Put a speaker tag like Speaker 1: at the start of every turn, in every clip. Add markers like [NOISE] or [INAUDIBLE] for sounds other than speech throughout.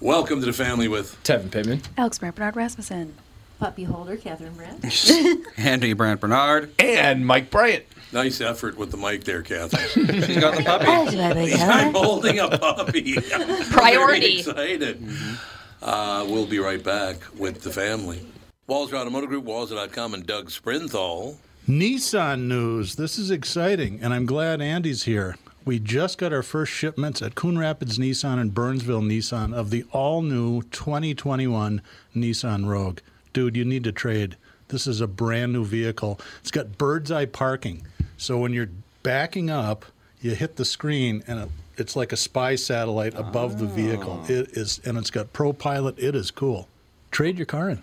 Speaker 1: Welcome to the family with
Speaker 2: Tevin Pittman.
Speaker 3: Alex Brant Bernard Rasmussen.
Speaker 4: Puppy holder, Catherine Brandt.
Speaker 5: [LAUGHS] Anthony Brandt Bernard.
Speaker 2: And Mike Bryant.
Speaker 1: nice effort with the mic there,
Speaker 5: [LAUGHS]
Speaker 1: Catherine.
Speaker 5: She's got the puppy.
Speaker 1: [LAUGHS] I'm holding a
Speaker 5: [LAUGHS]
Speaker 1: puppy. [LAUGHS] Priority. excited. Uh, we'll be right back with the family. Walzer Automotive Group, Walzer.com, and Doug Sprinthal.
Speaker 6: Nissan news. This is exciting, and I'm glad Andy's here. We just got our first shipments at Coon Rapids Nissan and Burnsville Nissan of the all new 2021 Nissan Rogue. Dude, you need to trade. This is a brand new vehicle. It's got bird's eye parking. So when you're backing up, you hit the screen and it, it's like a spy satellite above the vehicle. It is and it's got ProPilot. It is cool. Trade your car in.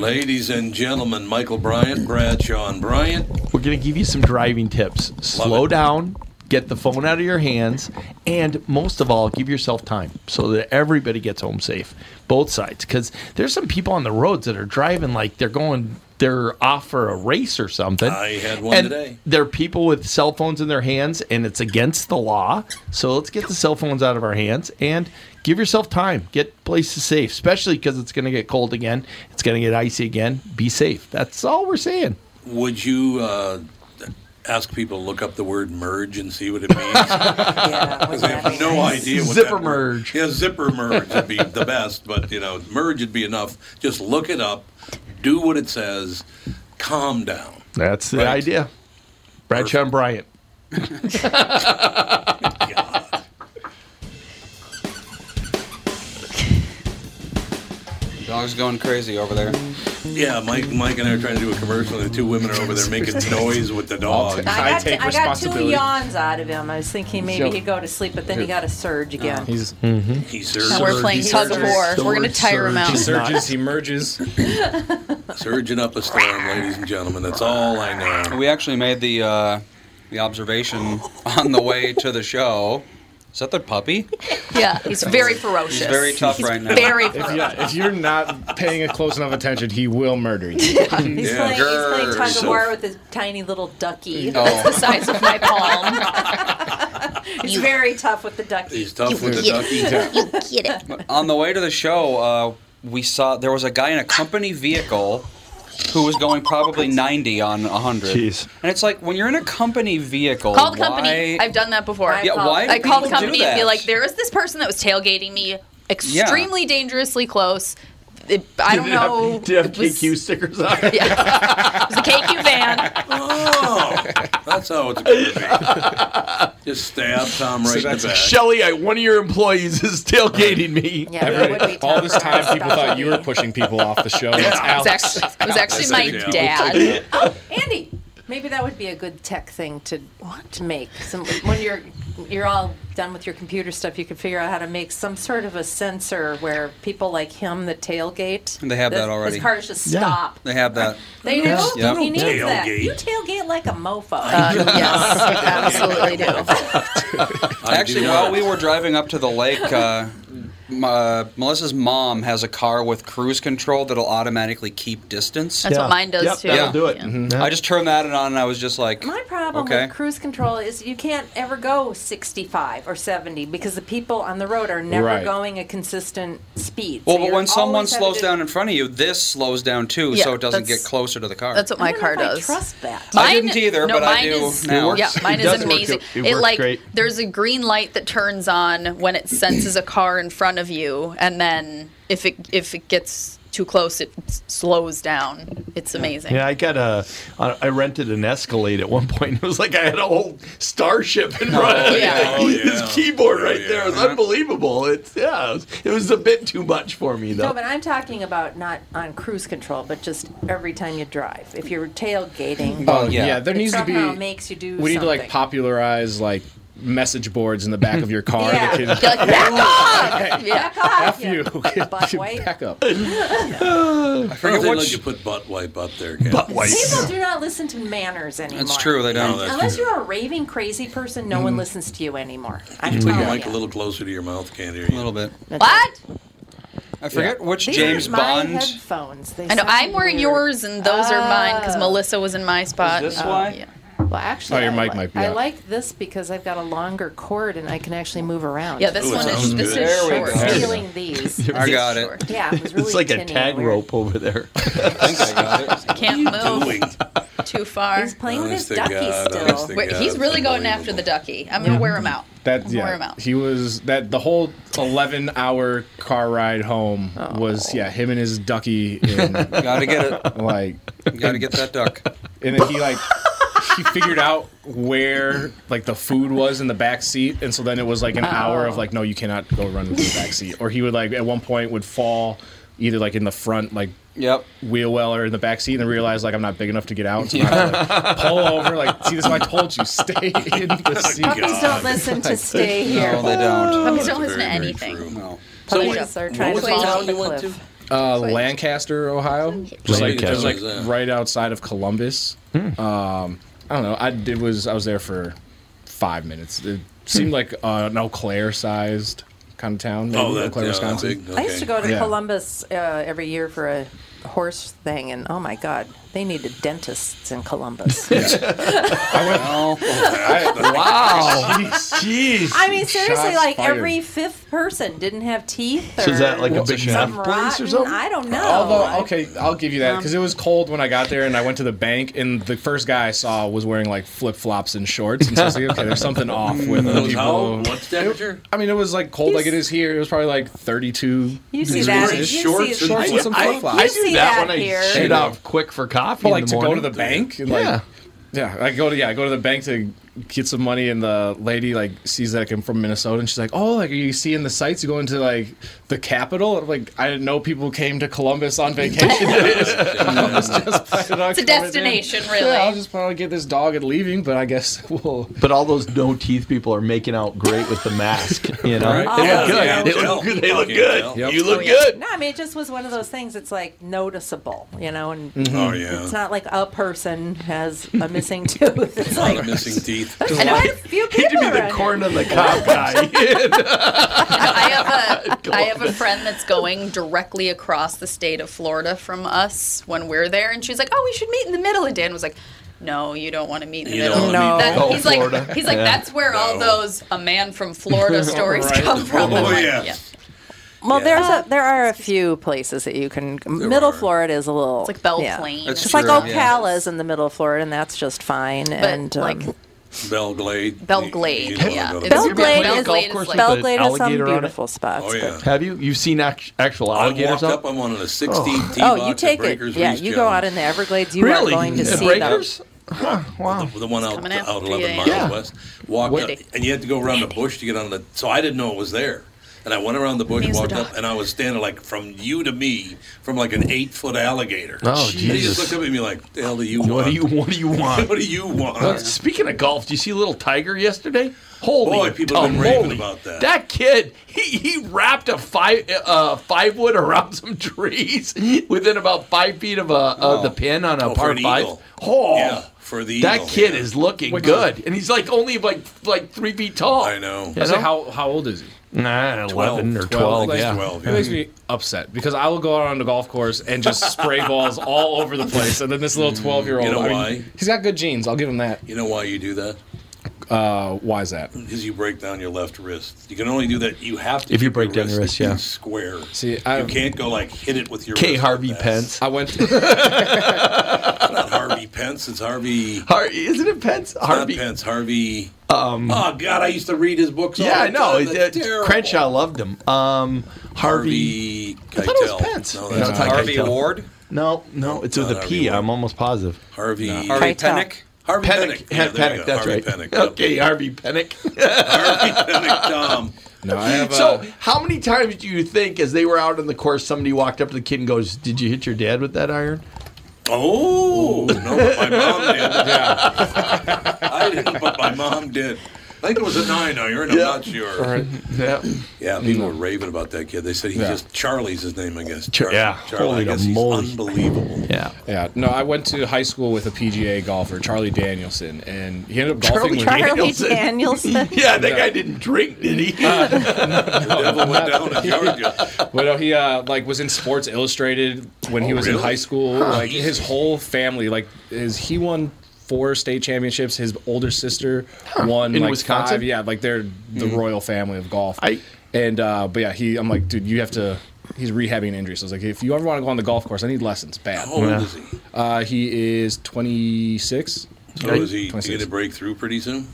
Speaker 1: Ladies and gentlemen, Michael Bryant, Bradshaw and Bryant.
Speaker 2: We're going to give you some driving tips. Slow
Speaker 1: it.
Speaker 2: down, get the phone out of your hands, and most of all, give yourself time so that everybody gets home safe, both sides. Because there's some people on the roads that are driving like they're going. They're off for a race or something.
Speaker 1: I had one
Speaker 2: and
Speaker 1: today.
Speaker 2: They're people with cell phones in their hands, and it's against the law. So let's get the cell phones out of our hands and give yourself time. Get places safe, especially because it's going to get cold again. It's going to get icy again. Be safe. That's all we're saying.
Speaker 1: Would you uh, ask people to look up the word merge and see what it [LAUGHS] means? [LAUGHS]
Speaker 4: Yeah, wouldn't
Speaker 1: I
Speaker 4: that be
Speaker 1: have no
Speaker 4: nice?
Speaker 1: idea what
Speaker 2: Zipper
Speaker 1: that word-
Speaker 2: merge.
Speaker 1: Yeah, zipper merge would [LAUGHS] be the best, but you know, merge would be enough. Just look it up, do what it says, calm down.
Speaker 2: That's the
Speaker 1: Right.
Speaker 2: idea. Bradshaw and Bryant.
Speaker 1: God.
Speaker 5: Dog's going crazy over there.
Speaker 1: Yeah, Mike, Mike and I are trying to do a commercial, and the two women are over there [LAUGHS] making noise with the dog.
Speaker 4: I, got
Speaker 7: take
Speaker 4: I got two
Speaker 7: responsibility.
Speaker 4: yawns out of him. I was thinking maybe he'd go to sleep, but then he got a surge again.
Speaker 7: He's
Speaker 1: He
Speaker 3: And we're
Speaker 1: surged,
Speaker 3: playing tug of war. We're going to tire him out.
Speaker 2: He's not-
Speaker 7: surges, he merges.
Speaker 1: surging up a storm, ladies and gentlemen. That's all I know.
Speaker 5: We actually made the uh, the observation on the way to the show. Is that the puppy?
Speaker 3: Yeah, he's very ferocious.
Speaker 5: He's very tough right now.
Speaker 3: Very
Speaker 7: If, you, if you're not paying a close enough attention, he will murder you.
Speaker 4: [LAUGHS] He's,
Speaker 1: Yeah.
Speaker 4: playing, he's playing
Speaker 1: Grrr.
Speaker 4: tug of
Speaker 1: So-
Speaker 4: war with his tiny little ducky.
Speaker 7: Oh.
Speaker 3: the size of my palm.
Speaker 7: [LAUGHS]
Speaker 4: He's very tough with the ducky.
Speaker 1: He's tough with the ducky.
Speaker 4: [LAUGHS]
Speaker 5: on the way to the show, uh, we saw there was a guy in a company vehicle who was going probably 90 on 100.
Speaker 2: Jeez.
Speaker 5: And it's like when you're in a company vehicle,
Speaker 3: Call the
Speaker 5: why,
Speaker 3: company. I've done that before.
Speaker 4: Yeah,
Speaker 5: yeah, why? do
Speaker 3: I call the
Speaker 5: people do
Speaker 3: company and be
Speaker 5: that?
Speaker 3: like, there was this person that was tailgating me extremely dangerously close. It- I
Speaker 5: [LAUGHS]
Speaker 3: don't know.
Speaker 2: Do you have
Speaker 3: it was-
Speaker 2: KQ stickers on? it?
Speaker 3: Yeah. it was a KQ van.
Speaker 1: Oh, that's how it's going to be. Just stab Tom right in the back.
Speaker 2: Shelly, I, one of your employees is tailgating me.
Speaker 4: Yeah, that would be tough.
Speaker 7: All this time, people thought you were pushing people off the show. and It's
Speaker 3: It was
Speaker 7: Alex.
Speaker 3: actually, it was actually
Speaker 1: Yeah.
Speaker 4: [LAUGHS]
Speaker 3: my dad.
Speaker 4: Oh, Andy, maybe that would be a good tech thing to to make. Some, when you're you're all done with your computer stuff, you could figure out how to make some sort of a sensor where people like him that tailgate.
Speaker 5: They have
Speaker 4: this-
Speaker 5: that already.
Speaker 4: This car is just stop.
Speaker 5: They have that.
Speaker 4: They do.
Speaker 5: Yeah.
Speaker 4: He needs that.
Speaker 1: Tailgate.
Speaker 4: You tailgate like a mofo.
Speaker 3: Uh, yes, [LAUGHS] I absolutely do.
Speaker 1: [LAUGHS] I
Speaker 5: [LAUGHS]
Speaker 1: do
Speaker 5: Actually, while
Speaker 1: not.
Speaker 5: we were driving up to the lake, uh, m- uh, Melissa's mom has a car with cruise control that'll automatically keep distance.
Speaker 3: That's what mine does
Speaker 2: Yep,
Speaker 3: too.
Speaker 2: that'll do it. Mhm.
Speaker 5: I just turned that on and I was just like,
Speaker 4: My problem
Speaker 5: okay.
Speaker 4: with cruise control is you can't ever go 65 or 70 because the people on the road are never
Speaker 7: Right.
Speaker 4: going at consistent speed.
Speaker 5: Well,
Speaker 4: So
Speaker 5: but
Speaker 4: you're
Speaker 5: when someone
Speaker 4: always having
Speaker 5: slows
Speaker 4: to-
Speaker 5: down in front of you, this slows down too,
Speaker 3: Yeah,
Speaker 5: so it doesn't
Speaker 3: that's-
Speaker 5: get closer to the car.
Speaker 3: That's what
Speaker 4: I
Speaker 3: my
Speaker 4: don't
Speaker 3: car
Speaker 4: know if I
Speaker 3: does.
Speaker 4: trust that.
Speaker 5: I didn't either,
Speaker 3: no,
Speaker 5: but I
Speaker 3: mine
Speaker 5: do
Speaker 3: is,
Speaker 5: now. It
Speaker 3: Yeah,
Speaker 2: works.
Speaker 3: mine
Speaker 2: It
Speaker 3: is
Speaker 2: does work.
Speaker 3: amazing.
Speaker 2: It- it works
Speaker 3: like
Speaker 2: great.
Speaker 3: there's a green light that turns on when it senses a car in front of you, and then if it if it gets too close, it s- slows down. It's amazing.
Speaker 2: Yeah, I got a. I rented an Escalade at one point. [LAUGHS] It was like I had a whole starship in front of me.
Speaker 3: yeah.
Speaker 2: [LAUGHS]
Speaker 1: Oh,
Speaker 2: His
Speaker 1: yeah.
Speaker 2: keyboard
Speaker 1: Oh,
Speaker 2: right
Speaker 1: yeah.
Speaker 2: there It was unbelievable. It's yeah, it was, it was a bit too much for me though.
Speaker 4: No, but I'm talking about not on cruise control, but just every time you drive. If you're tailgating,
Speaker 7: Oh
Speaker 5: yeah.
Speaker 7: yeah. there
Speaker 4: it
Speaker 7: needs to be.
Speaker 4: somehow makes you do
Speaker 7: we need to like
Speaker 4: something.
Speaker 7: popularize like message boards in the back of your car.
Speaker 4: Yeah.
Speaker 7: that can-
Speaker 3: You're like,
Speaker 7: [LAUGHS]
Speaker 3: back
Speaker 4: [LAUGHS]
Speaker 3: off! Yeah.
Speaker 4: Back off,
Speaker 7: F you.
Speaker 4: Butt wipe.
Speaker 7: Back up.
Speaker 1: I forget
Speaker 5: what
Speaker 1: what
Speaker 5: sh-
Speaker 1: you put butt wipe up there. Ken.
Speaker 2: Butt wipe.
Speaker 4: People do not listen to manners anymore.
Speaker 5: That's true. They don't. Mm-hmm.
Speaker 1: No, that's
Speaker 4: Unless you're a raving crazy person, no one listens to you anymore. I'm
Speaker 1: Put your
Speaker 4: telling
Speaker 1: mic a
Speaker 4: you.
Speaker 1: little closer to your mouth, can't hear
Speaker 5: a
Speaker 1: you.
Speaker 5: little bit.
Speaker 3: What?
Speaker 5: I forget which
Speaker 4: These
Speaker 5: James
Speaker 4: are my
Speaker 5: Bond.
Speaker 4: headphones. They
Speaker 3: I know.
Speaker 4: sound
Speaker 3: I'm wearing
Speaker 4: weird. Ah.
Speaker 3: yours, and those are mine because Melissa was in my spot.
Speaker 5: this why?
Speaker 3: Yeah.
Speaker 4: Well, actually,
Speaker 7: Oh, your
Speaker 4: I
Speaker 7: mic
Speaker 4: li-
Speaker 7: might be
Speaker 4: I
Speaker 7: up.
Speaker 4: like this because I've got a longer cord and I can actually move around.
Speaker 3: Yeah, this
Speaker 1: Ooh, it
Speaker 3: one is
Speaker 1: sounds
Speaker 3: this
Speaker 1: good.
Speaker 3: is
Speaker 5: There we
Speaker 3: short.
Speaker 5: go.
Speaker 3: This is
Speaker 4: Stealing
Speaker 2: [LAUGHS]
Speaker 4: these.
Speaker 5: I got it.
Speaker 3: short.
Speaker 4: Yeah, it was really
Speaker 2: It's like a
Speaker 4: tinny and
Speaker 2: tag
Speaker 4: weird.
Speaker 2: rope over
Speaker 4: [LAUGHS]
Speaker 2: there.
Speaker 5: I think I got it.
Speaker 3: Can't move
Speaker 1: Doing.
Speaker 3: too far.
Speaker 4: He's playing with his
Speaker 1: Honest to
Speaker 4: ducky
Speaker 1: God, honest
Speaker 4: still.
Speaker 1: to
Speaker 3: Wait,
Speaker 1: God,
Speaker 3: he's
Speaker 1: it's
Speaker 3: really going after
Speaker 1: unbelievable.
Speaker 3: the ducky. I'm gonna wear him out. I'm
Speaker 7: That
Speaker 3: gonna wear him
Speaker 7: yeah,
Speaker 3: out.
Speaker 7: he was that the whole eleven-hour car ride home was yeah him and his ducky in
Speaker 5: Oh. [LAUGHS] Gotta get it.
Speaker 7: like
Speaker 5: Gotta get that duck.
Speaker 7: and then he like he figured out where like the food was in the back seat and so then it was like an hour of like no you cannot go run into the back seat or he would like at one point would fall either like in the front like
Speaker 5: Yep.
Speaker 7: wheel well or in the back seat and then realize like I'm not big enough to get out so I had to,
Speaker 5: [LAUGHS]
Speaker 7: like, pull over like see this is why I told you stay in the seat
Speaker 4: Puppies don't listen
Speaker 1: [LAUGHS]
Speaker 4: to stay
Speaker 5: No,
Speaker 4: here.
Speaker 5: they don't.
Speaker 3: Puppies don't listen to
Speaker 1: Very, very true.
Speaker 3: anything.
Speaker 5: No.
Speaker 1: So
Speaker 4: Puppies
Speaker 1: wait,
Speaker 4: just are
Speaker 1: what
Speaker 4: trying
Speaker 1: was
Speaker 4: to
Speaker 1: the
Speaker 4: fall
Speaker 1: town
Speaker 4: off the
Speaker 1: you went
Speaker 4: cliff.
Speaker 7: uh, Lancaster Ohio
Speaker 1: Just
Speaker 2: like
Speaker 1: just
Speaker 2: Kevin.
Speaker 1: like Hmm. that.
Speaker 7: right outside of Columbus. Um, I don't know. I it was I was there for five minutes. It seemed like uh, an Eau Claire sized kind of town. Maybe
Speaker 1: Hmm. Oh,
Speaker 7: Eau
Speaker 1: that,
Speaker 7: Claire,
Speaker 1: yeah, that
Speaker 7: Wisconsin.
Speaker 1: big. Okay.
Speaker 4: I used to go to
Speaker 7: Yeah.
Speaker 4: Columbus uh, every year for a horse thing, and oh my God, they needed dentists in Columbus.
Speaker 5: [LAUGHS]
Speaker 1: [LAUGHS]
Speaker 5: Well,
Speaker 2: wow. Jeez.
Speaker 4: I mean, seriously,
Speaker 7: Shots
Speaker 4: like
Speaker 7: fired.
Speaker 4: every fifth person didn't have teeth. Or
Speaker 2: So is that like a
Speaker 7: What's a
Speaker 2: big
Speaker 7: shot?
Speaker 2: map
Speaker 4: some
Speaker 2: place or
Speaker 4: rotten-
Speaker 2: something?
Speaker 4: I don't know.
Speaker 7: Although okay, I'll give you
Speaker 4: Um,
Speaker 7: that because it was cold when I got there, and I went to the bank, and the first guy I saw was wearing like flip flops and shorts, and so I was like, okay, there's something off with the
Speaker 1: Those
Speaker 7: people.
Speaker 1: Hmm. how? What's temperature?
Speaker 7: I mean, it was like cold like it is here. It was probably like 32.
Speaker 4: you see
Speaker 1: He's
Speaker 4: that?
Speaker 1: wearing
Speaker 4: You
Speaker 1: his
Speaker 4: see
Speaker 1: shorts and
Speaker 4: that-
Speaker 7: with some flip
Speaker 4: I-
Speaker 7: flops.
Speaker 4: you see that
Speaker 2: when
Speaker 4: here.
Speaker 2: I shoot off quick for coffee.
Speaker 7: But
Speaker 2: in
Speaker 7: like
Speaker 2: the
Speaker 7: to go to
Speaker 2: morning.
Speaker 7: the bank and like
Speaker 2: Yeah.
Speaker 7: yeah. I go to yeah, I go to the bank to get some money and the lady like sees that I'm from Minnesota and she's like, Oh, like are you seeing the sights? You going to like the capital? I'm like, I didn't know people came to Columbus on vacation. it's
Speaker 3: [LAUGHS] It's a destination, really.
Speaker 7: Yeah, I was just planning to get this dog and leaving, but I guess [LAUGHS] we'll
Speaker 2: But all those no teeth people are making out great with the mask. You know,
Speaker 5: Right?
Speaker 2: they
Speaker 4: Oh,
Speaker 2: look good.
Speaker 4: yeah.
Speaker 2: They look good. They look good. You
Speaker 4: Oh,
Speaker 2: look good.
Speaker 4: No, I mean it just was one of those things. It's like noticeable, you know, and
Speaker 1: Oh yeah.
Speaker 4: it's not like a person has a missing [LAUGHS] tooth. It's like
Speaker 1: lot of
Speaker 4: [LAUGHS]
Speaker 1: missing teeth.
Speaker 4: and quite a few
Speaker 2: He could
Speaker 4: people
Speaker 2: be the
Speaker 4: around here.
Speaker 2: corn on the cob
Speaker 4: [LAUGHS]
Speaker 2: guy.
Speaker 3: I have a I have a friend that's going directly across the state of Florida from us when we're there, and she's like, "Oh, we should meet in the middle." And Dan was like, "No, you don't want to meet in the
Speaker 1: You
Speaker 3: middle."
Speaker 1: don't wanna
Speaker 3: That-
Speaker 1: meet
Speaker 2: No.
Speaker 3: he's like,
Speaker 2: Florida.
Speaker 3: he's like,
Speaker 2: Yeah.
Speaker 3: that's where all
Speaker 1: No.
Speaker 3: those a man from Florida stories come from.
Speaker 1: Oh,
Speaker 3: I'm like,
Speaker 1: yeah.
Speaker 4: Well,
Speaker 1: Yeah.
Speaker 4: there's a, there are a few places that you can. middle
Speaker 1: are.
Speaker 4: Florida is a little.
Speaker 3: It's like Belle
Speaker 4: yeah.
Speaker 3: Plaine.
Speaker 5: It's
Speaker 4: It's
Speaker 5: true,
Speaker 4: like
Speaker 5: yeah.
Speaker 4: Ocala is in the middle of Florida, and that's just fine.
Speaker 3: But
Speaker 4: and
Speaker 3: like
Speaker 4: um,
Speaker 1: Belglade.
Speaker 3: Belglade,
Speaker 1: You- you don't
Speaker 3: yeah.
Speaker 1: wanna go to
Speaker 3: It's-
Speaker 1: Belglade.
Speaker 3: Belgrade
Speaker 4: Belgrade
Speaker 3: is-
Speaker 4: is
Speaker 3: golf
Speaker 4: Belgrade
Speaker 3: course
Speaker 4: is,
Speaker 3: with
Speaker 2: an
Speaker 4: some
Speaker 2: alligator on it?
Speaker 4: beautiful spots.
Speaker 1: Oh yeah.
Speaker 2: Have you? You've seen act- actual
Speaker 1: I
Speaker 2: alligators
Speaker 1: walked
Speaker 2: out?
Speaker 1: up on one of the 16 tee
Speaker 4: but,
Speaker 1: box
Speaker 4: [LAUGHS] oh, you
Speaker 1: at
Speaker 4: take it.
Speaker 1: Breakers
Speaker 4: Yeah,
Speaker 1: Reach
Speaker 4: you go out
Speaker 1: Jones.
Speaker 4: in the Everglades. You
Speaker 2: really?
Speaker 4: are going to
Speaker 2: The
Speaker 4: see
Speaker 2: breakers?
Speaker 1: the, the one out,
Speaker 3: coming after
Speaker 1: out
Speaker 3: you,
Speaker 1: 11
Speaker 3: yeah.
Speaker 1: miles
Speaker 2: Yeah.
Speaker 1: west. Walked up, and you had to go around the bush to get on the. So I didn't know it was there. And I went around the bush,
Speaker 3: Here's the
Speaker 1: walked up,
Speaker 3: dog.
Speaker 1: and I was standing like from you to me, from like an eight foot alligator.
Speaker 2: Oh,
Speaker 1: And he
Speaker 2: Jesus.
Speaker 1: just looked up at me like, the hell do you
Speaker 2: What
Speaker 1: want?
Speaker 2: do
Speaker 1: [LAUGHS]
Speaker 2: you? What do you want?
Speaker 1: what do you want?
Speaker 2: Uh, Speaking of golf, do you see little Tiger yesterday? Holy
Speaker 1: Boy, people have been raving
Speaker 2: moly.
Speaker 1: about that.
Speaker 2: That kid, he, he wrapped a five uh, five wood around some trees [LAUGHS] within about five feet of a of the pin on a
Speaker 1: Oh, for
Speaker 2: par
Speaker 1: an
Speaker 2: five.
Speaker 1: eagle.
Speaker 2: Oh,
Speaker 1: Yeah, for the
Speaker 2: that
Speaker 1: eagle,
Speaker 2: kid
Speaker 1: yeah.
Speaker 2: is looking good, and he's like only like like three feet tall.
Speaker 1: I know.
Speaker 2: You
Speaker 7: So
Speaker 2: know?
Speaker 7: how how old is he?
Speaker 2: [LAUGHS] Nah, 11 or 12. yeah.
Speaker 7: It makes me upset because I will go out on the golf course and just spray
Speaker 2: [LAUGHS]
Speaker 7: balls all over the place. And then this
Speaker 2: Mm.
Speaker 7: little 12 year old.
Speaker 1: You know
Speaker 7: I mean,
Speaker 1: why?
Speaker 7: He's got good genes. I'll give him that.
Speaker 1: You know why you do that?
Speaker 7: Uh, why is that?
Speaker 1: Is you break down your left wrist. You can only do that. You have to.
Speaker 2: If you
Speaker 1: keep
Speaker 2: break down your wrist,
Speaker 7: [LAUGHS]
Speaker 2: yeah.
Speaker 1: Square.
Speaker 7: See,
Speaker 1: you
Speaker 7: I,
Speaker 1: can't go like hit it with your.
Speaker 2: K.
Speaker 1: wrist
Speaker 2: Harvey
Speaker 1: like that.
Speaker 2: Pence.
Speaker 7: I went.
Speaker 1: Not Harvey Pence. It's Harvey.
Speaker 2: Har- isn't it Pence? Harvey.
Speaker 1: Not Pence. Harvey. Um, oh God, I used to read his books. all
Speaker 2: Yeah, I
Speaker 1: the
Speaker 2: know.
Speaker 1: time. They're
Speaker 2: It- it-
Speaker 1: terrible.
Speaker 2: Crenshaw loved him. Um, Harvey.
Speaker 1: Harvey.
Speaker 2: I thought it was
Speaker 1: Keitel.
Speaker 2: Pence.
Speaker 1: No,
Speaker 2: No,
Speaker 1: that's
Speaker 2: it's
Speaker 1: not
Speaker 2: not
Speaker 1: Harvey.
Speaker 5: Harvey
Speaker 2: Keitel.
Speaker 5: Ward,
Speaker 2: No, no, it's
Speaker 1: Not
Speaker 2: with a
Speaker 1: Harvey
Speaker 2: P.
Speaker 1: Ward.
Speaker 2: I'm almost positive.
Speaker 1: Harvey.
Speaker 5: Harvey
Speaker 4: Keitel.
Speaker 5: Pennick.
Speaker 1: Harvey
Speaker 2: Panic.
Speaker 1: Pennick. Yeah, there you
Speaker 2: panic.
Speaker 1: go.
Speaker 2: That's
Speaker 1: Harvey
Speaker 2: right.
Speaker 1: Pennick. Yep.
Speaker 2: Okay, Harvey Panic.
Speaker 1: Harvey Pennick. Tom.
Speaker 7: [LAUGHS] no, I have.
Speaker 2: so,
Speaker 7: uh,
Speaker 2: how many times do you think, as they were out on the course, somebody walked up to the kid and goes, "Did you hit your dad with that iron?"
Speaker 1: Oh no, but my mom
Speaker 2: [LAUGHS]
Speaker 1: did. [LAUGHS] I didn't, but my mom did. I think it was a nine iron. I'm not sure.
Speaker 2: Yeah.
Speaker 1: Yeah, people were raving about that kid. They said he just Charlie's his name, I guess. Char-
Speaker 2: yeah.
Speaker 1: Charlie.
Speaker 2: Holy
Speaker 1: I guess he's
Speaker 2: moly.
Speaker 1: unbelievable.
Speaker 2: [LAUGHS] Yeah.
Speaker 7: yeah, no, I went to high school with a PGA golfer, Charlie Danielson, and he ended up golfing
Speaker 2: Charlie
Speaker 7: with me.
Speaker 4: Charlie
Speaker 2: Danielson. [LAUGHS]
Speaker 1: [LAUGHS]
Speaker 4: Danielson.
Speaker 7: [LAUGHS]
Speaker 2: Yeah, that guy didn't drink, did he?
Speaker 1: The devil went down to Georgia.
Speaker 7: Uh, Well, no, he uh, like was in Sports Illustrated when he
Speaker 1: Oh,
Speaker 7: was in
Speaker 1: really?
Speaker 7: high school. Like his whole family, like his he won four state championships. His older sister won
Speaker 2: In
Speaker 7: like
Speaker 2: Wisconsin?
Speaker 7: five. Yeah, like they're the
Speaker 1: Hmm.
Speaker 7: royal family of golf.
Speaker 2: I-
Speaker 7: and uh, but yeah, he I'm like, dude, you have to. He's rehabbing an injury, so I was like, if you ever want to go on the golf course, I need lessons bad.
Speaker 1: How old is he?
Speaker 7: Uh, he is 26.
Speaker 1: So
Speaker 7: right?
Speaker 1: is he going
Speaker 7: 26.
Speaker 1: to break through pretty soon?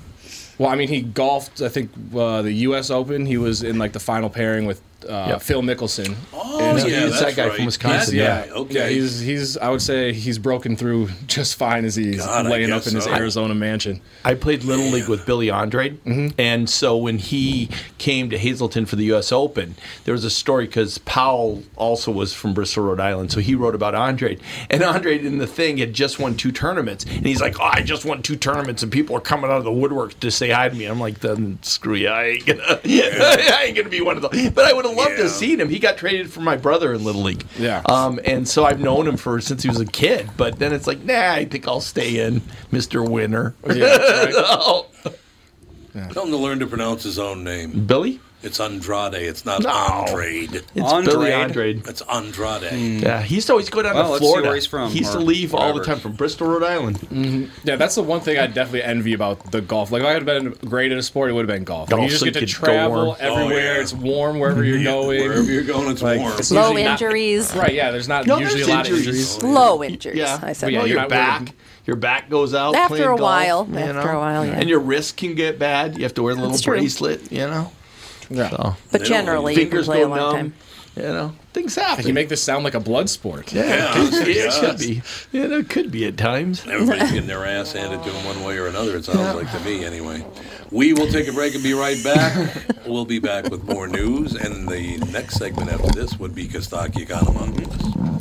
Speaker 7: Well, I mean, he golfed. I think uh, the U.S. Open. He was in like the final pairing with uh,
Speaker 2: Yep.
Speaker 7: Phil Mickelson.
Speaker 1: Oh,
Speaker 7: And
Speaker 1: yeah,
Speaker 2: he's
Speaker 1: that's
Speaker 2: that guy
Speaker 1: right.
Speaker 2: from Wisconsin,
Speaker 1: That
Speaker 7: Yeah,
Speaker 1: guy,
Speaker 7: okay.
Speaker 1: Okay.
Speaker 7: Yeah, he's he's. I would say he's broken through just fine as he's
Speaker 1: God, I
Speaker 7: laying up
Speaker 1: guess
Speaker 7: in his
Speaker 1: so.
Speaker 7: Arizona mansion. Mm-hmm.
Speaker 2: I played Little League with Billy Andrade. And so when he came to Hazleton for the U.S. Open, there was a story because Powell also was from Bristol, Rhode Island. So he wrote about Andrade. And Andrade in the thing had just won two tournaments. And he's like, Oh, I just won two tournaments. And people are coming out of the woodwork to say hi to me. I'm like, Then screw you. I ain't gonna, [LAUGHS] I ain't gonna be one of those. But I would have loved to
Speaker 1: Yeah.
Speaker 2: have seen him. He got traded for my brother in Little League.
Speaker 7: Yeah.
Speaker 2: Um, and so I've known him for since he was a kid. But then it's like, Nah, I think I'll stay in, Mr. Winner.
Speaker 1: [LAUGHS]
Speaker 2: Oh.
Speaker 1: Tell him to learn to pronounce his own name.
Speaker 2: Billy?
Speaker 1: It's Andrade. It's not
Speaker 2: No.
Speaker 1: Andrade.
Speaker 2: It's Billy Andrade.
Speaker 1: It's
Speaker 2: [LAUGHS]
Speaker 1: Andrade.
Speaker 2: Yeah, he used to always go down
Speaker 5: Hmm. Well,
Speaker 2: to
Speaker 5: let's see
Speaker 2: Florida.
Speaker 5: where he's from,
Speaker 2: he used to
Speaker 5: or
Speaker 2: leave all the
Speaker 5: whatever.
Speaker 2: time from Bristol, Rhode Island.
Speaker 7: Mm-hmm. Yeah, that's the one thing I definitely envy about the golf. Like, if I had been great at a sport, it would have been golf. Like,
Speaker 2: Golf,
Speaker 7: you just
Speaker 2: so
Speaker 7: get
Speaker 2: you
Speaker 7: to
Speaker 2: could go
Speaker 7: travel
Speaker 2: warm.
Speaker 1: Oh,
Speaker 7: everywhere.
Speaker 1: yeah.
Speaker 7: It's warm
Speaker 1: [LAUGHS]
Speaker 7: wherever you're going.
Speaker 1: Wherever you're going, it's
Speaker 7: Like,
Speaker 1: warm.
Speaker 7: it's
Speaker 1: Well,
Speaker 7: usually
Speaker 4: Low
Speaker 7: not-
Speaker 4: injuries.
Speaker 7: right? Yeah, there's not
Speaker 2: No,
Speaker 7: usually
Speaker 2: there's
Speaker 7: a lot
Speaker 2: injuries.
Speaker 7: of injuries.
Speaker 4: Low injuries.
Speaker 2: Yeah,
Speaker 4: I said.
Speaker 7: Well, yeah,
Speaker 2: Well,
Speaker 7: you're
Speaker 2: your
Speaker 7: not
Speaker 2: back,
Speaker 7: wearing-
Speaker 2: your back goes out
Speaker 4: After
Speaker 2: playing
Speaker 4: a
Speaker 2: golf,
Speaker 4: while,
Speaker 2: you
Speaker 4: after
Speaker 2: know?
Speaker 4: a while, yeah.
Speaker 2: and your wrist can get bad. You have to wear a little
Speaker 4: true.
Speaker 2: bracelet, you know.
Speaker 7: Yeah.
Speaker 2: So
Speaker 4: but
Speaker 1: They don't-
Speaker 4: generally, you can
Speaker 2: fingers
Speaker 4: play a
Speaker 2: go
Speaker 4: long
Speaker 2: numb.
Speaker 4: time.
Speaker 2: Oh. You know, things happen.
Speaker 7: You make this sound like a blood sport.
Speaker 2: yeah,
Speaker 1: Yeah,
Speaker 2: it could be.
Speaker 1: it
Speaker 2: It could
Speaker 1: does.
Speaker 2: be. Yeah, it could be at times.
Speaker 1: Everybody's getting their ass handed to them one way or another, it sounds like to me, anyway. We will take a break and be right back. we'll be back with more news, and the next segment after this would be Kostaki Economopoulos.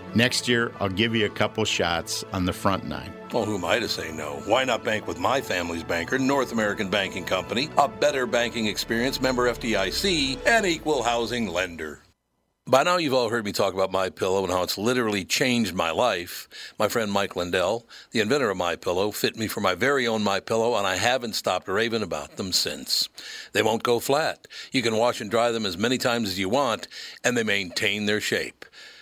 Speaker 8: Next year, I'll give you a couple shots on the front nine.
Speaker 1: Well, who am I to say no? Why not bank with my family's banker, North American Banking Company, a better banking experience, member FDIC, and equal housing lender? By now, you've all heard me talk about My Pillow and how it's literally changed my life. My friend Mike Lindell, the inventor of My Pillow, fit me for my very own My Pillow, and I haven't stopped raving about them since. They won't go flat. You can wash and dry them as many times as you want, and they maintain their shape.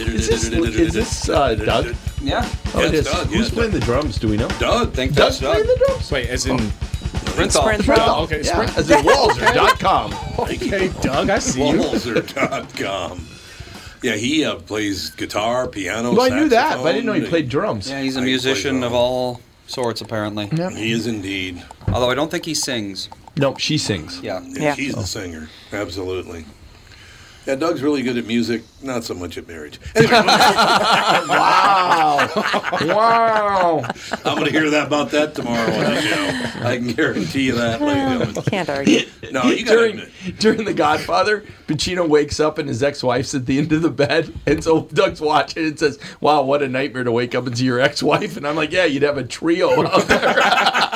Speaker 2: Is this, is this uh, Doug?
Speaker 5: Yeah.
Speaker 2: Oh, it is.
Speaker 1: Yes, Doug,
Speaker 2: Who's
Speaker 1: yes,
Speaker 2: playing the drums? Do we know?
Speaker 5: Doug, think
Speaker 2: Doug
Speaker 5: that's Doug.
Speaker 2: playing the drums?
Speaker 7: Wait, as in
Speaker 5: Prince off.
Speaker 2: Well,
Speaker 7: okay,
Speaker 2: yeah.
Speaker 7: Sprint-
Speaker 2: As in
Speaker 1: [LAUGHS]
Speaker 2: Walzer.com.
Speaker 7: Okay, Doug, I see you.
Speaker 1: Walzer.com. Yeah, he uh, plays guitar, piano.
Speaker 2: Well, I knew that, but I didn't know he
Speaker 1: saxophone.
Speaker 2: played drums.
Speaker 5: Yeah, he's a
Speaker 1: I play
Speaker 5: musician
Speaker 1: drums.
Speaker 5: of all sorts, apparently.
Speaker 1: He is indeed.
Speaker 5: Although I don't think he sings.
Speaker 2: No, she sings.
Speaker 5: Yeah.
Speaker 9: Yeah.
Speaker 1: She's the singer. Absolutely. Yeah, Doug's really good at music, not so much at marriage. Anyway,
Speaker 2: Wow.
Speaker 1: I'm going to hear that about that tomorrow on the show. I can guarantee you
Speaker 4: [LAUGHS]
Speaker 1: that. ladies and gentlemen.
Speaker 4: Can't argue.
Speaker 1: No, you got
Speaker 2: during
Speaker 1: to
Speaker 2: [LAUGHS] during The Godfather, Pacino wakes up and his ex-wife's at the end of the bed, [LAUGHS] and so Doug's watching and says, "Wow, what a nightmare to wake up and see your ex-wife." And I'm like, "Yeah, you'd have a trio." [LAUGHS] out there."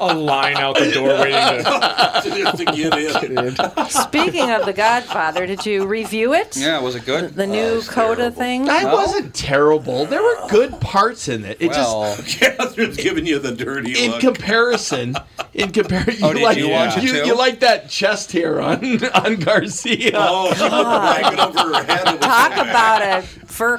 Speaker 7: A line out the door waiting
Speaker 1: [LAUGHS]
Speaker 7: to.
Speaker 1: to get in.
Speaker 2: [LAUGHS]
Speaker 4: Speaking of The Godfather, did you review it?
Speaker 5: Yeah, was it good?
Speaker 4: The new coda thing.
Speaker 2: That wasn't terrible. There were good parts in it. It
Speaker 1: [LAUGHS]
Speaker 5: Well,
Speaker 2: just
Speaker 1: Catherine's giving you the dirty
Speaker 2: in
Speaker 1: look.
Speaker 2: comparison, in comparison,
Speaker 1: Oh,
Speaker 2: you
Speaker 5: did
Speaker 2: like
Speaker 5: you watch it
Speaker 2: you,
Speaker 5: too?
Speaker 2: you like that chest hair on [LAUGHS] on Garcia.
Speaker 1: oh, she looked
Speaker 4: Ah.
Speaker 1: like it over her head. It was
Speaker 4: Talk
Speaker 1: so bad.
Speaker 4: about a fur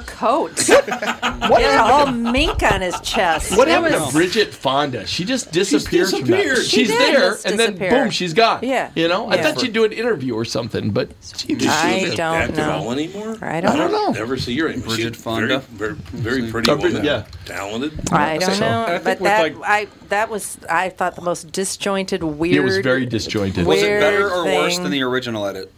Speaker 2: [LAUGHS]
Speaker 4: coat. he had a whole mink on his chest.
Speaker 2: What
Speaker 4: It
Speaker 2: happened
Speaker 4: was-
Speaker 2: to Bridget Fonda? She just disappeared. From
Speaker 1: disappeared.
Speaker 2: that.
Speaker 4: She
Speaker 2: she's
Speaker 4: did
Speaker 2: there,
Speaker 4: just
Speaker 2: and then
Speaker 4: disappear.
Speaker 2: boom, she's gone.
Speaker 4: Yeah.
Speaker 2: You know, I
Speaker 4: Yeah.
Speaker 2: thought she'd do an interview or something, but she
Speaker 1: Is she
Speaker 4: I
Speaker 1: even
Speaker 4: don't
Speaker 1: active
Speaker 4: know.
Speaker 1: at all anymore?
Speaker 4: I don't
Speaker 2: know.
Speaker 1: Never see her anymore.
Speaker 5: Bridget
Speaker 1: She's
Speaker 5: Fonda.
Speaker 1: Very, very, very pretty
Speaker 2: Uh, Brid-
Speaker 1: woman.
Speaker 2: yeah.
Speaker 1: Talented.
Speaker 4: I
Speaker 2: think
Speaker 4: don't
Speaker 2: so.
Speaker 4: know,
Speaker 7: I think
Speaker 4: but
Speaker 7: with,
Speaker 4: that
Speaker 7: like-
Speaker 4: I that was I thought the most disjointed, weird.
Speaker 2: it was very disjointed.
Speaker 5: was it better
Speaker 4: Weird
Speaker 5: or worse
Speaker 4: thing.
Speaker 5: than the original edit?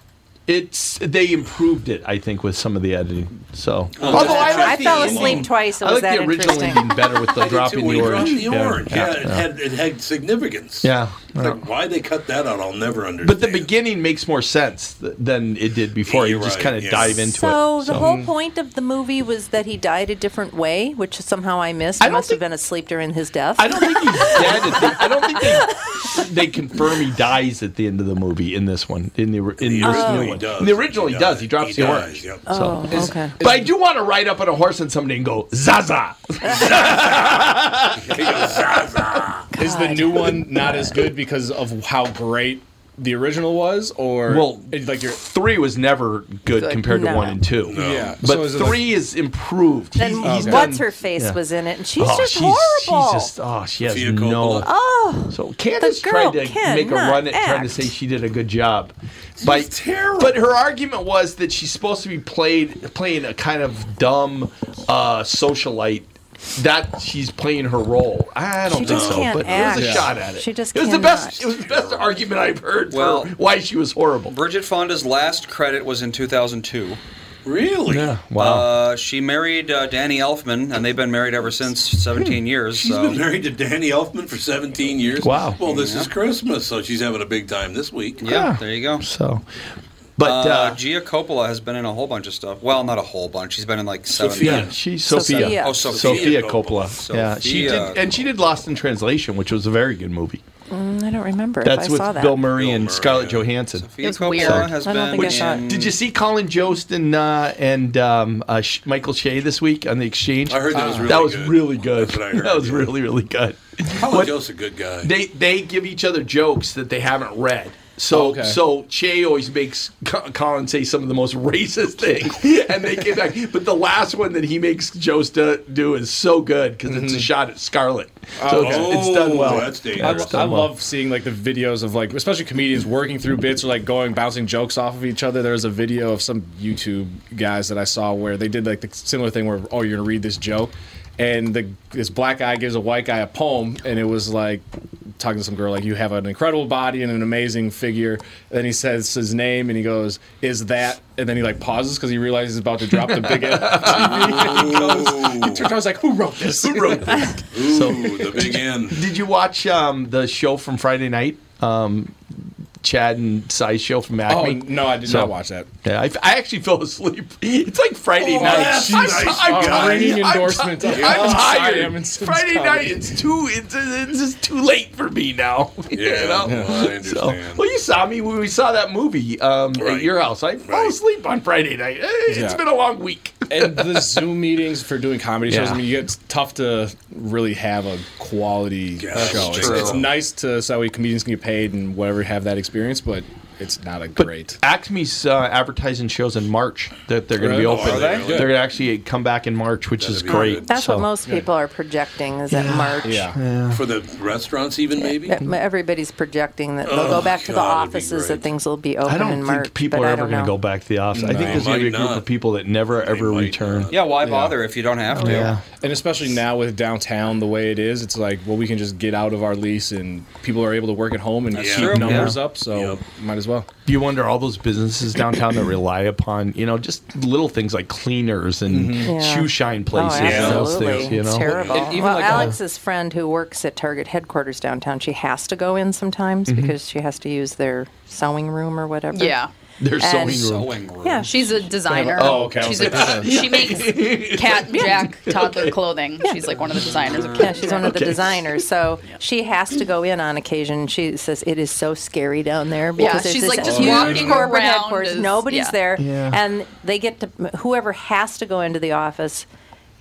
Speaker 2: It's they improved it, I think, with some of the editing. So,
Speaker 1: Oh,
Speaker 2: although Oh, I,
Speaker 4: I
Speaker 2: like the
Speaker 4: fell
Speaker 2: ending-
Speaker 4: asleep twice. It
Speaker 2: I like
Speaker 4: was
Speaker 2: [LAUGHS]
Speaker 4: that
Speaker 2: the original
Speaker 4: interesting.
Speaker 2: ending better
Speaker 1: [LAUGHS]
Speaker 2: with the dropping
Speaker 1: When
Speaker 2: the
Speaker 1: he
Speaker 2: orange.
Speaker 1: dropped the orange. Yeah,
Speaker 2: yeah.
Speaker 1: It, had, it had significance.
Speaker 2: Yeah.
Speaker 1: It's Like, why they cut that out, I'll never understand.
Speaker 2: But the beginning makes more sense th- than it did before.
Speaker 1: You're
Speaker 2: you just
Speaker 1: right,
Speaker 2: kind of
Speaker 1: yeah.
Speaker 2: dive into
Speaker 4: so
Speaker 2: it.
Speaker 4: the whole point of the movie was that he died a different way, which somehow I missed.
Speaker 2: I
Speaker 4: I
Speaker 2: don't
Speaker 4: must
Speaker 2: think-
Speaker 4: have been asleep during his death.
Speaker 2: I don't think he's dead. At the, I don't think [LAUGHS] they, they confirm he dies at the end of the movie in this one. In the in the original
Speaker 1: he
Speaker 2: one.
Speaker 1: does.
Speaker 2: In the original, he,
Speaker 1: He
Speaker 2: does.
Speaker 1: dies.
Speaker 2: He drops
Speaker 1: He
Speaker 2: the
Speaker 1: dies,
Speaker 2: orange.
Speaker 1: yep.
Speaker 2: So-
Speaker 4: oh, okay.
Speaker 2: but I do want to ride up on a horse on somebody and go
Speaker 4: [LAUGHS]
Speaker 2: Zaza.
Speaker 1: He goes, "Zaza."
Speaker 7: Is the new one not as good because of how great the original was, or
Speaker 2: Well,
Speaker 7: it- like your
Speaker 2: Three was never good,
Speaker 4: Good.
Speaker 2: compared to
Speaker 4: No.
Speaker 2: one and two.
Speaker 7: Yeah.
Speaker 2: But
Speaker 7: So is it like-
Speaker 2: three is improved.
Speaker 4: Then
Speaker 2: He's- he's
Speaker 4: what's
Speaker 2: done-
Speaker 4: her face
Speaker 2: yeah.
Speaker 4: was in it, and she's
Speaker 2: Oh,
Speaker 4: just
Speaker 2: she's, She's
Speaker 4: horrible.
Speaker 2: just oh, she has
Speaker 1: Sofia
Speaker 2: no.
Speaker 1: Coppola.
Speaker 4: oh,
Speaker 2: So Candace tried
Speaker 4: girl
Speaker 2: to make a
Speaker 4: cannot
Speaker 2: run at trying to
Speaker 4: act.
Speaker 2: say she did a good job. By,
Speaker 1: terrible.
Speaker 2: But her argument was that she's supposed to be played playing a kind of dumb uh, socialite. That she's playing her role. I don't
Speaker 4: She
Speaker 2: think
Speaker 4: just
Speaker 2: so,
Speaker 4: can't
Speaker 2: but it was a
Speaker 4: act.
Speaker 2: shot at it.
Speaker 4: She just
Speaker 2: it was the
Speaker 4: cannot.
Speaker 2: best. It was the best argument I've heard
Speaker 5: Well-
Speaker 2: for why she was horrible.
Speaker 5: Bridget Fonda's last credit was in 2002.
Speaker 1: Really?
Speaker 2: Wow.
Speaker 5: Uh, she married uh, Danny Elfman, and they've been married ever since 17 years.
Speaker 1: Hmm. She's
Speaker 5: so.
Speaker 1: been married to Danny Elfman for 17 years.
Speaker 2: Wow.
Speaker 1: Well, this is Christmas, so she's having a big time this week.
Speaker 5: Yeah,
Speaker 2: Yeah.
Speaker 5: there you go.
Speaker 2: so, but
Speaker 5: Uh,
Speaker 2: uh,
Speaker 5: Gia Coppola has been in a whole bunch of stuff. Well, not a whole bunch. She's been in like seven.
Speaker 2: Sophia,
Speaker 1: Yeah.
Speaker 2: she's Sophia.
Speaker 4: Sophia.
Speaker 5: Oh,
Speaker 2: Sophia,
Speaker 5: Sophia
Speaker 2: Coppola.
Speaker 1: Coppola.
Speaker 2: Yeah, she
Speaker 5: Sophia
Speaker 2: did, and she did Lost in Translation, which was a very good movie.
Speaker 4: I don't remember.
Speaker 2: That's
Speaker 4: if I
Speaker 2: with
Speaker 4: saw that.
Speaker 2: Bill Murray
Speaker 1: Bill
Speaker 2: and
Speaker 1: Murray,
Speaker 2: Scarlett
Speaker 1: yeah.
Speaker 2: Johansson.
Speaker 5: Sophia
Speaker 3: was
Speaker 5: Coppola
Speaker 3: weird.
Speaker 5: has
Speaker 4: I don't
Speaker 5: been.
Speaker 4: think I saw
Speaker 5: in-
Speaker 4: it.
Speaker 2: Did you see Colin Jost and uh, and um, uh, Sh- Michael Shea this week on the exchange?
Speaker 1: I heard that was really
Speaker 2: that was
Speaker 1: good.
Speaker 2: really good.
Speaker 1: That's what I heard,
Speaker 2: [LAUGHS] That was
Speaker 1: yeah.
Speaker 2: really really good.
Speaker 1: Colin
Speaker 2: What-
Speaker 1: Joe's a good guy.
Speaker 2: They they give each other jokes that they haven't read. So
Speaker 7: Okay.
Speaker 2: so Shea always makes Co- Colin say some of the most [LAUGHS] racist things, and they came back. But the last one that he makes Jost do, do is so good because it's a shot at Scarlett. So it's, it's done well.
Speaker 1: Mm-hmm. Oh, that's dangerous.
Speaker 2: Yeah, it's
Speaker 7: I
Speaker 2: done well.
Speaker 7: love seeing like the videos of like especially comedians working through bits or like going bouncing jokes off of each other. There was a video of some YouTube guys that I saw where they did like the similar thing where oh you're gonna read this joke. and the this black guy gives a white guy a poem, and it was like talking to some girl like you have an incredible body and an amazing figure. And then he says his name, and he goes, "Is that?" And then he like pauses because he realizes he's about to drop the big [LAUGHS] F. he goes, [LAUGHS] he turns, I was like, "Who wrote this?"
Speaker 1: Who wrote
Speaker 7: [LAUGHS]
Speaker 1: that? Ooh, the
Speaker 2: [LAUGHS]
Speaker 1: big N.
Speaker 2: Did you watch um, the show from Friday night? Um, Chad and Sai's show from
Speaker 7: Oh
Speaker 2: Acme.
Speaker 7: no, I did
Speaker 2: So-
Speaker 7: not watch that.
Speaker 2: Yeah, I, I actually fell asleep. [LAUGHS] It's like Friday
Speaker 1: Oh,
Speaker 2: night.
Speaker 1: that's
Speaker 2: I'm,
Speaker 1: nice.
Speaker 2: I'm,
Speaker 1: Oh,
Speaker 2: tired.
Speaker 7: ringing
Speaker 2: I'm
Speaker 7: endorsement.
Speaker 2: ti- I'm,
Speaker 7: Yeah. Cy
Speaker 2: tired.
Speaker 7: Edmondson's
Speaker 2: Friday
Speaker 7: comedy.
Speaker 2: night. It's too. It's, it's just too late for me now. [LAUGHS]
Speaker 1: Yeah, well, I
Speaker 2: So,
Speaker 1: understand.
Speaker 2: well, you saw me when we saw that movie um,
Speaker 1: Right.
Speaker 2: at your house. I fell
Speaker 1: Right.
Speaker 2: asleep on Friday night. Eh, It's
Speaker 7: Yeah.
Speaker 2: been a long week.
Speaker 7: and the Zoom meetings for doing comedy shows.
Speaker 2: Yeah.
Speaker 7: I mean, you- it's tough to really have a quality
Speaker 1: that's
Speaker 7: show. It's,
Speaker 1: true.
Speaker 7: it's nice to so that way comedians can get paid and whatever have that experience, but it's not a great.
Speaker 2: Acme's uh, advertising shows in March that they're going to be
Speaker 7: Oh,
Speaker 2: open.
Speaker 7: are they?
Speaker 2: are going to actually come back in March, which is
Speaker 1: That'd be
Speaker 2: great.
Speaker 1: good.
Speaker 4: That's
Speaker 2: So-
Speaker 4: what most people are projecting is that March.
Speaker 7: Yeah,
Speaker 1: For the restaurants, even maybe?
Speaker 4: That- Everybody's projecting that they'll
Speaker 1: Oh,
Speaker 4: go back to the
Speaker 1: God, that'd be
Speaker 4: offices
Speaker 1: great.
Speaker 4: that things will be open
Speaker 2: I don't
Speaker 4: in
Speaker 2: think
Speaker 4: March.
Speaker 2: people
Speaker 4: but
Speaker 2: are
Speaker 4: I
Speaker 2: ever
Speaker 4: don't
Speaker 2: going to
Speaker 4: know.
Speaker 2: go back to the office. I think
Speaker 1: No.
Speaker 2: there's going to be a
Speaker 1: Might
Speaker 2: group
Speaker 1: not.
Speaker 2: of people that never ever
Speaker 1: might
Speaker 2: return.
Speaker 1: not.
Speaker 5: Yeah, why bother if you don't have to?
Speaker 2: Yeah.
Speaker 7: and especially now with downtown the way it is, it's like well, we can just get out of our lease, and people are able to work at home and
Speaker 1: That's
Speaker 7: keep
Speaker 1: true.
Speaker 7: numbers
Speaker 2: Yeah.
Speaker 7: up, so
Speaker 1: Yep.
Speaker 7: might as well.
Speaker 2: You wonder all those businesses downtown that rely upon you know just little things like cleaners and
Speaker 4: Yeah.
Speaker 2: shoe shine
Speaker 4: Oh,
Speaker 2: places and those
Speaker 4: absolutely.
Speaker 2: things. You
Speaker 4: It's
Speaker 2: know,
Speaker 4: terrible.
Speaker 5: And even
Speaker 4: well,
Speaker 5: like a-
Speaker 4: Alex's friend who works at Target headquarters downtown, she has to go in sometimes because she has to use their sewing room or whatever.
Speaker 3: Yeah.
Speaker 2: their
Speaker 4: And-
Speaker 2: sewing room.
Speaker 5: Sewing room.
Speaker 4: Yeah.
Speaker 3: She's a designer.
Speaker 7: Oh, okay, I
Speaker 3: She's
Speaker 7: was
Speaker 3: a, she makes cat Jack toddler clothing. She's like one of the designers of
Speaker 4: Yeah,
Speaker 3: cat.
Speaker 4: she's one of the designers.
Speaker 2: [LAUGHS]
Speaker 4: So she has to go in on occasion. She says it is so scary down there because there's
Speaker 3: she's
Speaker 4: this
Speaker 3: like, just
Speaker 4: huge
Speaker 3: walking
Speaker 4: corporate
Speaker 3: around
Speaker 4: headquarters.
Speaker 3: is-
Speaker 4: Nobody's
Speaker 3: yeah.
Speaker 4: there,
Speaker 2: Yeah.
Speaker 4: and they get to whoever has to go into the office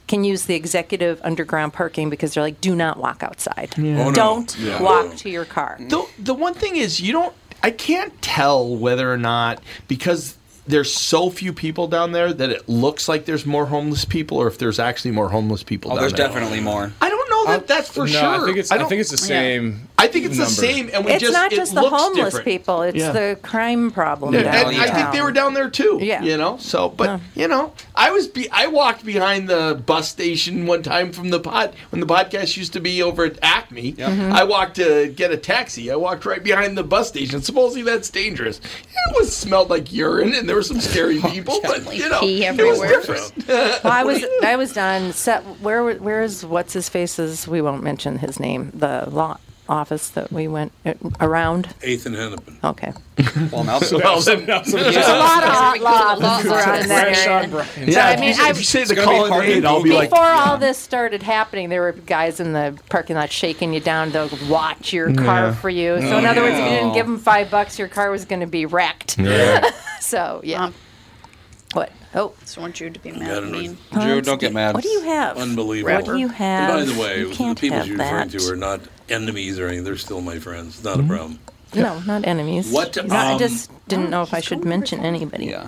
Speaker 4: can use the executive underground parking because they're like, do not walk outside.
Speaker 1: Oh, no.
Speaker 4: Don't
Speaker 1: Yeah.
Speaker 4: walk to your car.
Speaker 2: The the one thing is you don't. I can't tell whether or not because there's so few people down there that it looks like there's more homeless people, or if there's actually more homeless people.
Speaker 5: Oh,
Speaker 2: down
Speaker 5: there's
Speaker 2: there.
Speaker 5: definitely more.
Speaker 2: I don't know that that's for
Speaker 7: Oh, No,
Speaker 2: sure.
Speaker 7: I think it's. I,
Speaker 2: don't-
Speaker 7: think it's the same.
Speaker 2: I think it's the
Speaker 7: number.
Speaker 2: same, and we
Speaker 4: it's
Speaker 2: just
Speaker 4: not
Speaker 2: it
Speaker 4: just the
Speaker 2: looks
Speaker 4: homeless
Speaker 2: different.
Speaker 4: people; it's
Speaker 2: Yeah.
Speaker 4: the crime problem.
Speaker 2: Yeah,
Speaker 4: downtown.
Speaker 2: and I think they were down there too.
Speaker 4: Yeah.
Speaker 2: you know. So, but you know, I was be I walked behind the bus station one time from the pod when the podcast used to be over at Acme.
Speaker 4: Mm-hmm.
Speaker 2: I walked to get a taxi. I walked right behind the bus station. Supposedly that's dangerous. It was smelled like urine, and there were some
Speaker 3: [LAUGHS]
Speaker 2: scary people. but you know,
Speaker 3: Oh, pee
Speaker 2: it was
Speaker 3: everywhere.
Speaker 2: different.
Speaker 4: [LAUGHS] Well, I was I was on set. Where were- where is what's his face's? We won't mention his name. The law office that we went uh, around.
Speaker 1: Ethan Hennepin.
Speaker 4: Okay,
Speaker 5: Well, now
Speaker 2: Well, then,
Speaker 4: there's a lot of law offices around
Speaker 3: offices.
Speaker 4: that area.
Speaker 2: yeah,
Speaker 4: I
Speaker 2: if you
Speaker 4: mean,
Speaker 2: say-
Speaker 4: I-
Speaker 2: if you say the
Speaker 5: gonna be
Speaker 2: call in
Speaker 5: hard to
Speaker 2: aid, I'll be
Speaker 4: Before
Speaker 2: like,
Speaker 4: all this started happening, there were guys in the parking lot shaking you down. They'll watch your car
Speaker 2: Yeah. Oh,
Speaker 4: for you. So in other words, if you didn't give them five bucks, your car was going to be wrecked. [LAUGHS] so yeah.
Speaker 3: Um,
Speaker 4: what? Oh,
Speaker 3: Just want you to be
Speaker 1: Yeah, I
Speaker 3: mad.
Speaker 1: don't know.
Speaker 3: mean.
Speaker 5: Drew, don't get mad.
Speaker 4: what do you have?
Speaker 1: Unbelievable.
Speaker 4: What do you have?
Speaker 1: And by the way,
Speaker 4: You
Speaker 1: the
Speaker 4: can't
Speaker 1: people
Speaker 4: have
Speaker 1: you're referring
Speaker 4: that.
Speaker 1: to are not enemies or anything. They're still my friends. Not
Speaker 2: Hmm?
Speaker 1: a problem.
Speaker 4: No, not enemies.
Speaker 1: What,
Speaker 4: He's not- I
Speaker 1: um,
Speaker 4: just didn't know if I should mention anybody.
Speaker 5: Yeah.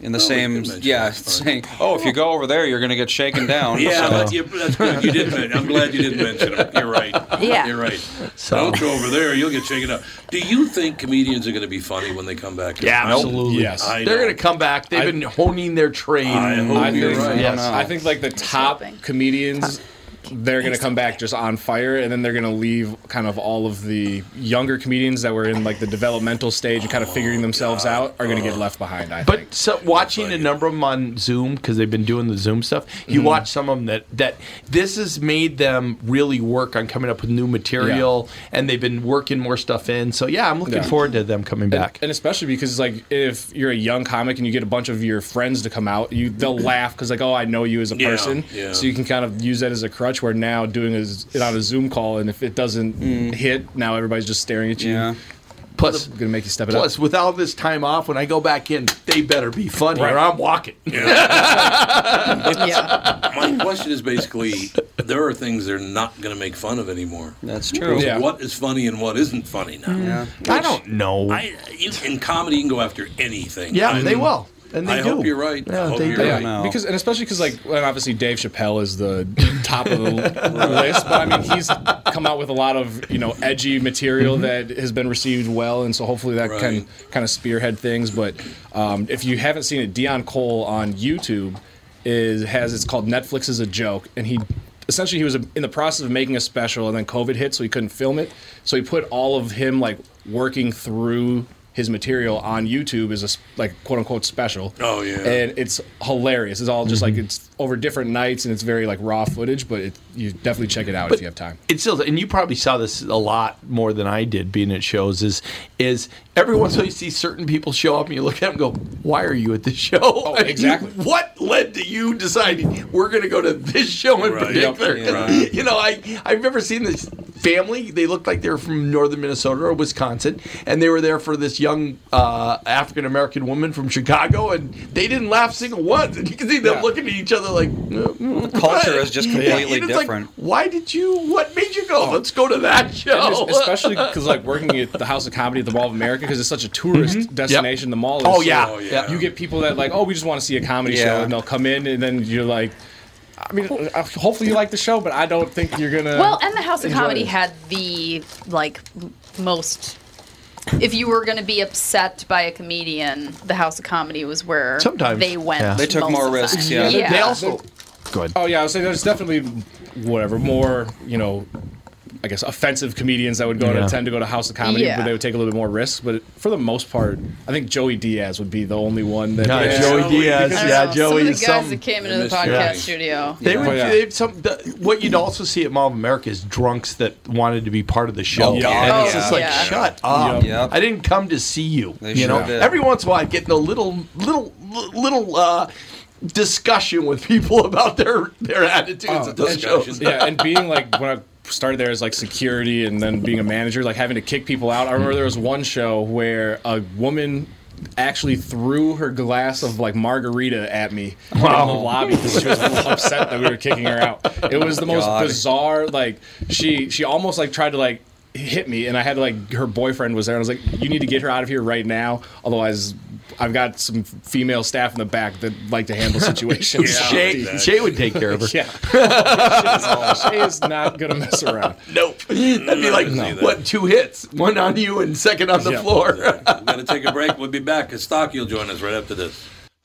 Speaker 5: In the
Speaker 1: we
Speaker 5: same,
Speaker 1: can mention
Speaker 5: yeah,
Speaker 1: that, fine.
Speaker 5: saying, oh, if you go over there, you're going to get shaken down.
Speaker 1: [LAUGHS] Yeah,
Speaker 5: Oh, so-
Speaker 1: but you, that's good. You did mention. I'm glad you didn't mention him. You're right.
Speaker 4: Yeah.
Speaker 1: You're right.
Speaker 2: So-
Speaker 1: Don't go over there. You'll get shaken up. Do you think comedians are going to be funny when they come back?
Speaker 2: yeah,
Speaker 1: Nope.
Speaker 2: absolutely.
Speaker 7: Yes.
Speaker 1: I
Speaker 2: They're
Speaker 1: know.
Speaker 2: going to come back. They've
Speaker 7: I-
Speaker 2: been honing their trade.
Speaker 1: I hope
Speaker 7: I
Speaker 1: you're
Speaker 7: think,
Speaker 1: right.
Speaker 2: Yes.
Speaker 5: know.
Speaker 7: I think like the top
Speaker 3: hoping.
Speaker 7: comedians, they're gonna come back just on fire, and then they're gonna leave kind of all of the younger comedians that were in like the developmental stage and kind of figuring themselves out are gonna get left behind. I think.
Speaker 2: But so watching a number of them on Zoom because they've been doing the Zoom stuff,
Speaker 7: Mm-hmm.
Speaker 2: you watch some of them that that this has made them really work on coming up with new material, and they've been working more stuff in. So yeah, I'm looking
Speaker 7: Yeah.
Speaker 2: forward to them coming back.
Speaker 7: And especially because like if you're a young comic and you get a bunch of your friends to come out, you they'll
Speaker 2: Mm-hmm.
Speaker 7: laugh because like oh I know you as a
Speaker 1: Yeah,
Speaker 7: person,
Speaker 1: yeah.
Speaker 7: so you can kind of use that as a crutch. Where now doing a z- it on a Zoom call and if it doesn't hit, now everybody's just staring at you.
Speaker 5: Yeah.
Speaker 2: Mm. plus,
Speaker 7: It's gonna make you step it
Speaker 2: plus
Speaker 7: up.
Speaker 2: with all this time off, when I go back in, they better be funny or
Speaker 7: Right.
Speaker 2: I'm walking.
Speaker 5: [LAUGHS]
Speaker 3: Yeah.
Speaker 1: My question is basically there are things they're not going to make fun of anymore.
Speaker 5: That's true.
Speaker 7: Yeah.
Speaker 1: What is funny and what isn't funny now?
Speaker 5: Yeah.
Speaker 2: I don't know.
Speaker 1: I, you, in comedy, you can go after anything.
Speaker 2: yeah,
Speaker 1: I-
Speaker 2: they will, and they
Speaker 1: I
Speaker 2: do.
Speaker 1: hope you're right. I
Speaker 2: Yeah,
Speaker 1: hope
Speaker 2: they
Speaker 1: you're
Speaker 2: do.
Speaker 1: right.
Speaker 7: Yeah,
Speaker 5: No.
Speaker 7: because and especially because like well, obviously Dave Chappelle is the [LAUGHS] top of the list, but I mean he's
Speaker 1: [LAUGHS]
Speaker 7: come out with a lot of you know edgy material that has been received well, and so hopefully that
Speaker 1: Mm-hmm. Right.
Speaker 7: can kind of spearhead things. But um, if you haven't seen it, Dion Cole on YouTube is has it's called Netflix is a joke, and he essentially he was in the process of making a special, and then COVID hit, so he couldn't film it. So he put all of him like working through his material on YouTube as a s- like quote unquote special.
Speaker 1: Oh, yeah.
Speaker 7: and it's hilarious. It's all just
Speaker 2: Mm-hmm.
Speaker 7: like it's over different nights, and it's very like raw footage. But it, you definitely check it out if you have time.
Speaker 2: It's still, and you probably saw this a lot more than I did being at shows. Is is every once in a while you see certain people show up and you look at them and go, "Why are you at this show?" [LAUGHS] Oh,
Speaker 7: exactly.
Speaker 2: what led to you deciding we're going to go to this show in
Speaker 1: Right.
Speaker 2: particular?
Speaker 1: Yep.
Speaker 2: 'Cause, [LAUGHS]
Speaker 1: Right.
Speaker 2: You know, I I've never seen this family. They looked like they were from northern Minnesota or Wisconsin, and they were there for this young uh, African American woman from Chicago, and they didn't laugh single once. And [LAUGHS] you can see them
Speaker 7: Yeah.
Speaker 2: looking at each other like, "Mm,
Speaker 5: Culture
Speaker 2: what?"
Speaker 5: is just
Speaker 2: Yeah.
Speaker 5: completely
Speaker 2: And it's like,
Speaker 5: different.
Speaker 2: why did you? What made you go? Let's go to that
Speaker 7: And
Speaker 2: show.
Speaker 7: just- especially because like working at the House of Comedy at the Mall of America because it's such a tourist destination. The mall. Is,
Speaker 2: Mm-hmm. Oh,
Speaker 7: so
Speaker 2: yeah.
Speaker 1: Oh, yeah.
Speaker 7: You get people that like, oh, we just want to see a comedy
Speaker 5: Yeah.
Speaker 7: show, and they'll come in, and then you're like, I mean, uh, hopefully you like the show, but I don't think you're gonna.
Speaker 3: Well, and the House of
Speaker 7: enjoy
Speaker 3: Comedy
Speaker 7: it.
Speaker 3: had the like m- most. If you were going to be upset by a comedian, the House of Comedy was where
Speaker 2: Sometimes,
Speaker 3: they went.
Speaker 2: yeah.
Speaker 5: They took
Speaker 3: most
Speaker 5: more
Speaker 3: of the
Speaker 5: risks,
Speaker 3: time.
Speaker 5: yeah.
Speaker 2: they also good.
Speaker 7: Oh yeah, I would say there's definitely whatever more you know. I guess offensive comedians that would go
Speaker 2: Yeah.
Speaker 7: to tend to go to House of Comedy,
Speaker 3: Yeah.
Speaker 7: but they would take a little bit more risks. But for the most part, I think Joey Diaz would be the only one that.
Speaker 2: Yeah,
Speaker 7: Yeah.
Speaker 2: Joey
Speaker 1: Joey
Speaker 2: Diaz,
Speaker 3: I
Speaker 1: Diaz.
Speaker 3: don't
Speaker 2: yeah,
Speaker 3: know,
Speaker 2: Joey.
Speaker 3: Some of the guys
Speaker 2: some-
Speaker 3: that came into the
Speaker 1: this
Speaker 3: podcast
Speaker 1: guy.
Speaker 3: [LAUGHS] studio.
Speaker 2: They would.
Speaker 7: Oh, yeah.
Speaker 2: They, some, the, what you'd also see at Mall of America is drunks that wanted to be part of the show,
Speaker 5: Oh, yeah.
Speaker 2: and it's
Speaker 3: Oh,
Speaker 2: just like,
Speaker 3: yeah.
Speaker 2: shut up!
Speaker 5: Yep.
Speaker 2: I didn't come to see you.
Speaker 5: They
Speaker 2: you know,
Speaker 5: sure did.
Speaker 2: every once in a while, I get in a little, little, little uh, discussion with people [LAUGHS] about their their attitudes
Speaker 7: Oh,
Speaker 2: at those Oh, shows.
Speaker 7: yeah, and being like when I started there as like security and then being a manager, like having to kick people out. I remember there was one show where a woman actually threw her glass of like margarita at me in the lobby because she was upset that we were kicking her out. It was the most
Speaker 5: God.
Speaker 7: bizarre. Like she she almost like tried to like hit me and I had to, like her boyfriend was there and I was like you need to get her out of here right now otherwise I've got some female staff in the back that like
Speaker 2: [LAUGHS]
Speaker 7: to handle situations.
Speaker 2: Shay,
Speaker 1: exactly.
Speaker 2: Shay would take care of her.
Speaker 7: [LAUGHS] Yeah. Shay is not going to mess around.
Speaker 2: Nope. That'd be like
Speaker 1: No.
Speaker 2: what two hits, one on you and second on the
Speaker 7: Yeah.
Speaker 2: floor.
Speaker 1: We're going to take a break. We'll be back. Stocky will join us right after this.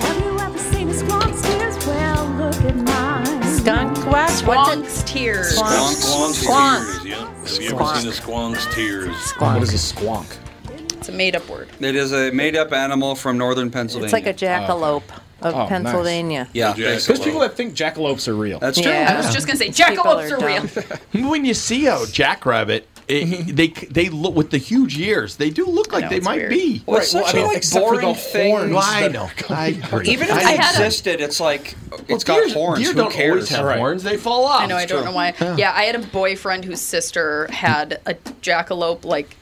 Speaker 10: Have you ever seen a squawk's tears? Well, look at mine.
Speaker 4: Skunk wax. What's
Speaker 3: Squonk's tears.
Speaker 1: Squonk,
Speaker 4: Squonk.
Speaker 1: Tears. Yeah. Have you ever seen a Squonk's Tears?
Speaker 7: What is a squonk?
Speaker 3: It's a made-up word.
Speaker 5: It is a made-up animal from northern Pennsylvania.
Speaker 4: It's like a jackalope of
Speaker 7: Oh, nice.
Speaker 4: Pennsylvania.
Speaker 5: yeah.
Speaker 1: The jackalope.
Speaker 7: There's people that think jackalopes are real.
Speaker 5: That's true.
Speaker 3: I was just gonna say
Speaker 4: People
Speaker 3: jackalopes
Speaker 4: are
Speaker 3: are
Speaker 2: [LAUGHS]
Speaker 3: real.
Speaker 2: when you see a jackrabbit, it, they they look with the huge ears. They do look like
Speaker 3: know,
Speaker 2: they
Speaker 3: it's
Speaker 2: might
Speaker 3: weird.
Speaker 2: be.
Speaker 5: Well, it's such
Speaker 7: I mean,
Speaker 5: a like,
Speaker 7: except for
Speaker 5: boring
Speaker 7: the
Speaker 5: thing.
Speaker 7: horns.
Speaker 2: I know. I agree.
Speaker 5: Even if
Speaker 2: I-
Speaker 5: they
Speaker 3: I had a-
Speaker 5: existed, it's like it's
Speaker 2: Well,
Speaker 5: got horns.
Speaker 2: Deer
Speaker 5: Who
Speaker 2: don't
Speaker 5: cares?
Speaker 2: always have
Speaker 7: Right.
Speaker 2: horns. They fall off.
Speaker 3: I know. I don't know why. Yeah. I had a boyfriend whose sister had a jackalope like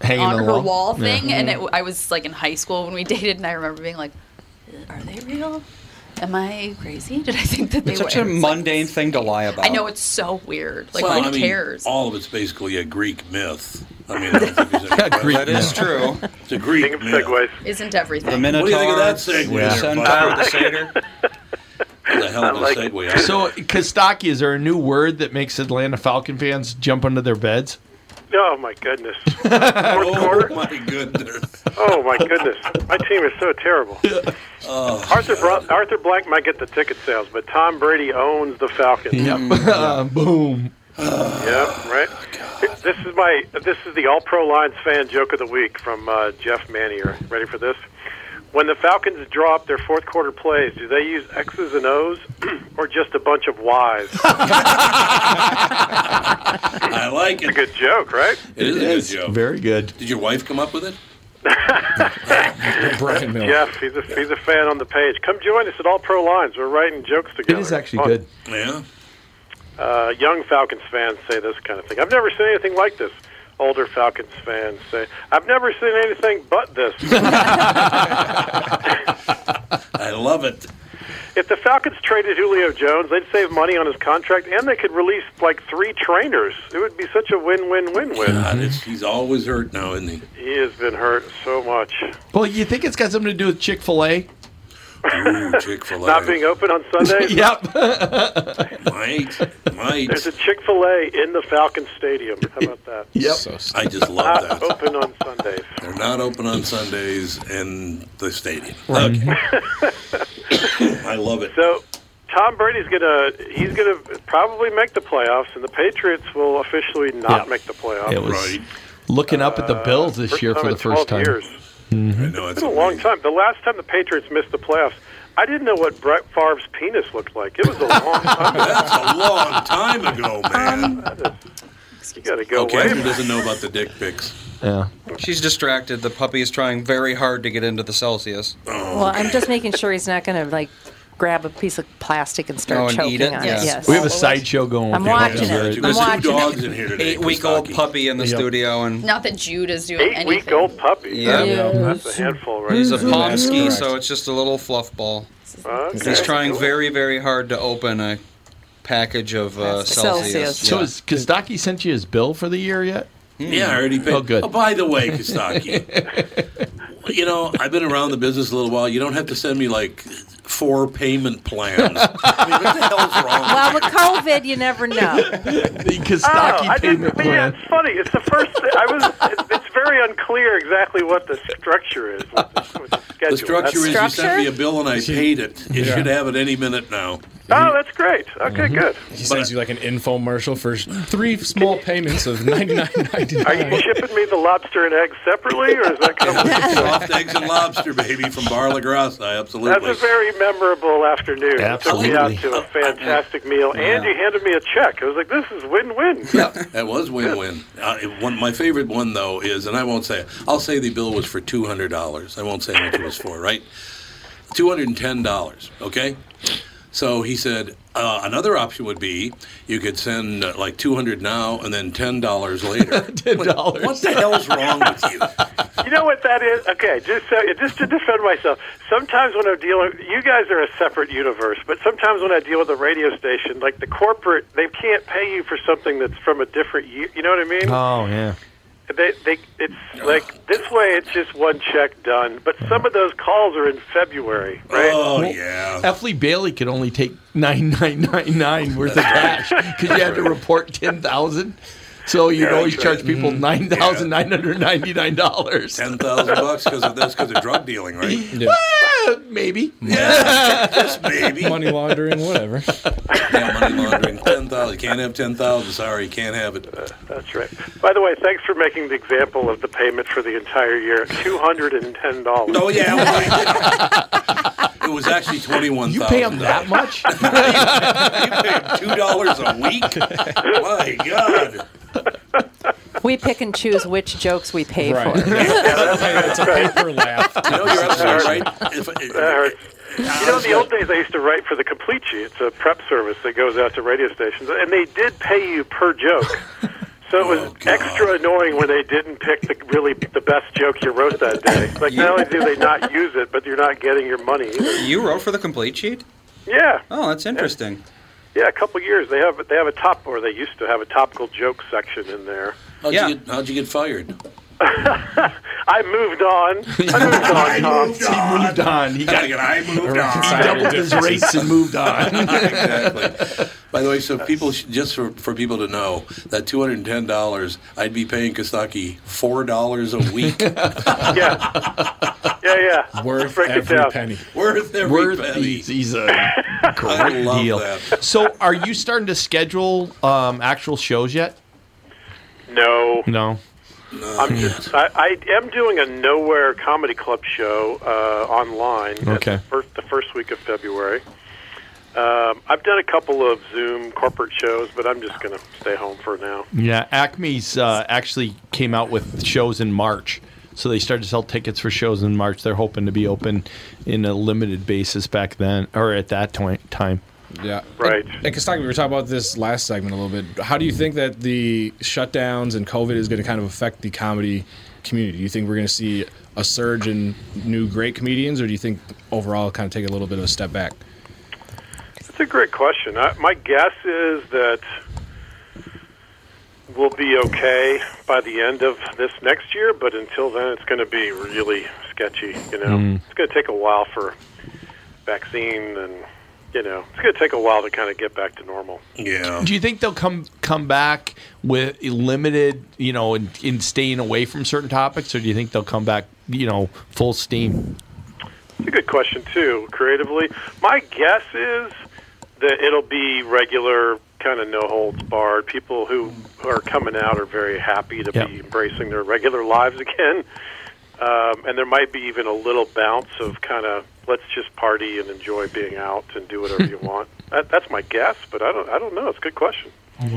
Speaker 2: Hanging
Speaker 3: on
Speaker 2: on the
Speaker 3: her
Speaker 2: wall? Mm-hmm.
Speaker 3: wall, thing, and it, I was like in high school when we [LAUGHS] dated, and I remember being like, "Are they real? Am I crazy? Did I think that they
Speaker 5: It's
Speaker 3: were?"
Speaker 5: such a
Speaker 3: It's like-
Speaker 5: mundane thing to lie about.
Speaker 3: I know it's so weird. Like
Speaker 1: Well,
Speaker 3: who
Speaker 1: I mean,
Speaker 3: cares?
Speaker 1: all of it's basically a Greek myth. I mean, I don't think there's [LAUGHS] any
Speaker 2: Greek
Speaker 5: That is true.
Speaker 1: It's a Greek
Speaker 11: Think of
Speaker 1: myth.
Speaker 11: segues.
Speaker 3: Isn't everything?
Speaker 5: The Minotaur,
Speaker 1: do you think of that segue
Speaker 5: the
Speaker 1: there,
Speaker 5: Centaur,
Speaker 1: bud?
Speaker 5: the Satyr.
Speaker 1: What the hell
Speaker 11: like-
Speaker 1: is a segue? I-
Speaker 2: So, Kostaki, is there a new word that makes Atlanta Falcon fans jump under their beds?
Speaker 11: [LAUGHS] Oh my goodness. Fourth
Speaker 1: [LAUGHS] oh
Speaker 11: quarter.
Speaker 1: my goodness.
Speaker 11: Oh my goodness. My team is so
Speaker 1: [LAUGHS]
Speaker 11: terrible. Arthur Bro- Arthur Blank might get the ticket sales, but Tom Brady owns the
Speaker 2: [LAUGHS]
Speaker 11: Falcons.
Speaker 2: Yep.
Speaker 1: [LAUGHS] Uh,
Speaker 2: Uh, Boom.
Speaker 11: Yeah, right. This is my this is the All Pro Lines fan joke of the week from uh, Jeff Manier. Ready for this? When the Falcons drop their fourth quarter plays, do they use X's and O's [CLEARS THROAT] or just a bunch of Y's?
Speaker 1: [LAUGHS] I like it.
Speaker 11: It's a good joke, right?
Speaker 1: It is a good joke.
Speaker 2: Very
Speaker 1: [LAUGHS]
Speaker 2: good.
Speaker 1: Did your wife come up with it?
Speaker 7: Brian Miller.
Speaker 11: Jeff, he's a, he's a fan on the page. Come join us at All Pro Lines. We're writing jokes together. Fun.
Speaker 1: Yeah.
Speaker 11: Uh, young Falcons fans say this kind of thing. I've never seen anything like this. Older Falcons fans say, I've never seen anything but this.
Speaker 1: [LAUGHS]
Speaker 11: [LAUGHS]
Speaker 1: I love it.
Speaker 11: If the Falcons traded Julio Jones, they'd save money on his contract and they could release like three trainers. It would be such a win win win win.
Speaker 1: God, it's, he's always hurt now, isn't he?
Speaker 11: He has been hurt so much.
Speaker 2: Well, you think it's got something to do with Chick Fil A?
Speaker 1: [LAUGHS] Chick Fil
Speaker 11: Not being open on Sundays?
Speaker 2: [LAUGHS] yep.
Speaker 1: might, might.
Speaker 11: There's a Chick fil A in the Falcon Stadium. How about that?
Speaker 2: [LAUGHS] Yep.
Speaker 1: I just love
Speaker 11: Not
Speaker 1: that.
Speaker 11: open on Sundays.
Speaker 1: They're not open on Sundays in the stadium.
Speaker 2: Right.
Speaker 1: Okay. I love it.
Speaker 11: So Tom Brady's gonna he's gonna probably make the playoffs, and the Patriots will officially not
Speaker 2: Yeah.
Speaker 11: make the playoffs. Uh,
Speaker 2: It was looking up at the Bills this
Speaker 11: First
Speaker 2: year
Speaker 11: time
Speaker 2: for the
Speaker 11: in
Speaker 2: first
Speaker 11: 12
Speaker 2: time.
Speaker 11: Years.
Speaker 1: I know
Speaker 11: It's
Speaker 1: it's
Speaker 11: been a long time. The last time the Patriots missed the playoffs, I didn't know what Brett Favre's penis looked like. It was a long time.
Speaker 1: [LAUGHS] That's a long time ago,
Speaker 11: [LAUGHS]
Speaker 1: man.
Speaker 11: You got to go
Speaker 1: okay,
Speaker 11: away.
Speaker 1: who doesn't know about the dick pics?
Speaker 2: Yeah.
Speaker 5: She's distracted. The puppy is trying very hard to get into the Celsius.
Speaker 1: Oh,
Speaker 4: Well, I'm just making sure he's not going to like grab a piece of plastic and start
Speaker 5: Oh, and
Speaker 4: choking
Speaker 5: eat it?
Speaker 4: on
Speaker 5: Yeah.
Speaker 4: it. Yes.
Speaker 2: We have a sideshow going. with
Speaker 4: I'm
Speaker 2: the
Speaker 4: watching
Speaker 2: Lions,
Speaker 4: it.
Speaker 2: right?
Speaker 4: I'm
Speaker 1: There's two
Speaker 4: watching it.
Speaker 1: dogs in here today.
Speaker 5: Eight week old
Speaker 1: Kostaki.
Speaker 5: puppy in the
Speaker 2: Yep.
Speaker 5: studio, and
Speaker 3: Not that Jude is doing
Speaker 11: Eight
Speaker 3: anything.
Speaker 11: week old puppy.
Speaker 5: Yeah.
Speaker 11: That's- That's a handful, right?
Speaker 5: he's a pomsky,
Speaker 7: correct.
Speaker 5: so it's just a little fluff ball.
Speaker 11: Okay.
Speaker 5: He's trying very, very hard to open a package of uh, Celsius.
Speaker 4: Celsius.
Speaker 5: Yeah.
Speaker 2: So has Kazdaki sent you his bill for the year yet?
Speaker 1: Hmm. Yeah, I already paid.
Speaker 2: Oh, good.
Speaker 1: by the
Speaker 2: [LAUGHS]
Speaker 11: [LAUGHS]
Speaker 1: way, Kostaki, you know, I've been around the business a little while. You don't have to send me like four
Speaker 2: [LAUGHS]
Speaker 1: payment plans. I mean, what the hell's wrong?
Speaker 4: Well, with COVID, you never know.
Speaker 2: The
Speaker 11: Oh,
Speaker 2: Kazdaki
Speaker 11: I
Speaker 2: payment
Speaker 11: didn't mean
Speaker 2: plan.
Speaker 11: it's funny. It's the first. Thing, I was. It's, it's very unclear exactly what the structure is. With the, with the schedule.
Speaker 1: the structure is
Speaker 11: That's-
Speaker 1: you sent me a bill and I paid it. You
Speaker 7: Yeah.
Speaker 1: should have it any minute now.
Speaker 11: Oh, [LAUGHS] that's great. Okay, good.
Speaker 7: Mm-hmm. He sends you like an infomercial for three small
Speaker 11: [LAUGHS]
Speaker 7: payments of ninety nine ninety
Speaker 11: Are you
Speaker 7: nine.
Speaker 11: shipping me the lobster and eggs separately, or is that coming?
Speaker 1: Soft eggs and lobster, baby, from Bar La Grassa.
Speaker 11: That's
Speaker 1: Absolutely.
Speaker 11: a very memorable afternoon. It took me
Speaker 2: Absolutely.
Speaker 11: out to a fantastic meal, and you handed me a check. I was like, "This is win-win."
Speaker 1: That was win-win. Uh, it- one, my favorite one though is, and I won't say. it. I'll say the bill was for two hundred dollars. I won't say how much it was for. Right, two hundred and ten dollars. Okay. So he said uh, another option would be you could send uh, like two hundred now and then ten dollars later. ten
Speaker 2: $10.
Speaker 1: What the hell's wrong with you?
Speaker 11: You know what that is? Okay, just so, just to defend myself. Sometimes when I'm dealing, you guys are a separate universe, but sometimes when I deal with a radio station, like the corporate, they can't pay you for something that's from a different. u- You know what I mean?
Speaker 2: Oh yeah.
Speaker 11: They, they, it's like this way. It's just one check done. But some of those calls are in February, right?
Speaker 1: Oh yeah.
Speaker 2: Effley Bailey could only take nine nine nine
Speaker 1: [LAUGHS]
Speaker 2: nine worth of cash because you had to report ten thousand. So you'd always charge people
Speaker 1: Mm-hmm.
Speaker 2: nine thousand nine hundred ninety nine [LAUGHS] dollars.
Speaker 1: Ten thousand bucks because of this because of drug dealing, right?
Speaker 2: Ah, Maybe. [LAUGHS]
Speaker 1: Yeah, just maybe.
Speaker 7: Money laundering, whatever.
Speaker 1: Yeah, money laundering. Ten thousand. Can't have ten thousand. Sorry, can't have it.
Speaker 11: That's right. By the way, thanks for making the example of the payment for the entire
Speaker 1: [LAUGHS]
Speaker 11: year two hundred and ten dollars.
Speaker 1: Oh yeah, well, it was actually twenty one
Speaker 2: You
Speaker 1: thousand.
Speaker 2: pay him that much?
Speaker 1: Two dollars a week. [LAUGHS] My God.
Speaker 4: We pick and choose which jokes we pay
Speaker 7: Right.
Speaker 1: [LAUGHS]
Speaker 4: for.
Speaker 7: It's a paper laugh.
Speaker 1: No, you're absolutely right. If,
Speaker 11: hurts. You know, in the old days, I used to write for the Complete You. It's a prep service that goes out to radio stations, and they did pay you per joke. So it was
Speaker 1: Oh, God.
Speaker 11: extra annoying when they didn't pick the really the best joke you wrote that day. Like not only do they not use it, but you're not getting your money. Either.
Speaker 5: You wrote for the complete sheet?
Speaker 11: Yeah,
Speaker 5: Oh, that's interesting.
Speaker 11: yeah. A couple years they have they have a top or they used to have a topical joke section in there.
Speaker 1: how'd,
Speaker 5: Yeah.
Speaker 1: you get, how'd you get fired?
Speaker 11: [LAUGHS] I moved on. I moved on, Tom.
Speaker 2: he moved on. He got
Speaker 1: Gotta get. I moved
Speaker 2: he doubled his rates and moved on.
Speaker 1: exactly. By the way, so people should, just for, for people to know that two hundred and ten dollars, I'd be paying Kostaki four dollars a week
Speaker 11: Yeah, yeah, yeah.
Speaker 7: Worth
Speaker 11: Break it
Speaker 7: every
Speaker 11: down.
Speaker 7: penny.
Speaker 1: worth every
Speaker 2: Worth
Speaker 1: penny.
Speaker 2: he's, he's a
Speaker 1: [LAUGHS] I
Speaker 2: great
Speaker 1: love
Speaker 2: deal.
Speaker 1: that.
Speaker 2: So, are you starting to schedule um, actual shows yet?
Speaker 11: No.
Speaker 2: No.
Speaker 11: I'm just, I, I am doing a nowhere comedy club show uh, online. at
Speaker 2: Okay.
Speaker 11: The first, the first week of February. Um, I've done a couple of Zoom corporate shows, but I'm just going to stay home for now.
Speaker 2: Yeah, Acme's uh, actually came out with shows in March. So they started to sell tickets for shows in March. They're hoping to be open in a limited basis back then or at that toi- time.
Speaker 7: Yeah.
Speaker 11: Right.
Speaker 7: And, and Kostaki, we were talking about this last segment a little bit. How do you think that the shutdowns and COVID is going to kind of affect the comedy community? Do you think we're going to see a surge in new great comedians, or do you think overall kind of take a little bit of a step back?
Speaker 11: That's a great question. I, my guess is that we'll be okay by the end of this next year, but until then, it's going to be really sketchy. You know,
Speaker 10: Mm.
Speaker 11: it's going to take a while for vaccine, and you know, it's going to take a while to kind of get back to normal.
Speaker 1: Yeah.
Speaker 2: Do you think they'll come come back with limited, you know, in, in staying away from certain topics, or do you think they'll come back, you know, full steam?
Speaker 11: It's a good question too. Creatively, my guess is that it'll be regular, kind of no holds barred. People who are coming out are very happy to be embracing their regular lives again, um, and there might be even a little bounce of kind of let's just party and enjoy being out and do
Speaker 2: [LAUGHS]
Speaker 11: whatever you want. That, that's my guess, but I don't. I don't know. It's a good question.
Speaker 5: As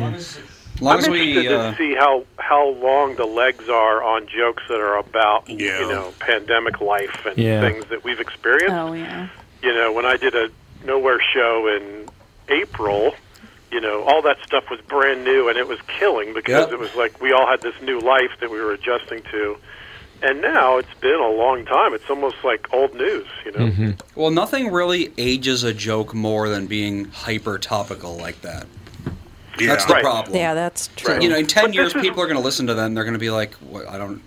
Speaker 5: long
Speaker 11: I'm
Speaker 5: as
Speaker 11: interested
Speaker 5: we, uh,
Speaker 11: to see how how long the legs are on jokes that are about
Speaker 5: Yeah.
Speaker 11: you know pandemic life and
Speaker 5: Yeah.
Speaker 11: things that we've experienced.
Speaker 12: Oh
Speaker 2: [LAUGHS]
Speaker 12: yeah.
Speaker 11: You know, when I did a nowhere show in April, you know, all that stuff was brand new and it was killing because
Speaker 5: Yep.
Speaker 11: it was like we all had this new life that we were adjusting to. And now it's been a long time. It's almost like old news, you know.
Speaker 2: Mm-hmm.
Speaker 5: Well, nothing really ages a joke more than being hyper topical like that. That's the
Speaker 11: Right.
Speaker 5: problem.
Speaker 4: Yeah, that's true.
Speaker 5: You know, in ten
Speaker 11: But
Speaker 5: years,
Speaker 11: this is-
Speaker 5: people are going to listen to them. They're going to be like, what, "I don't."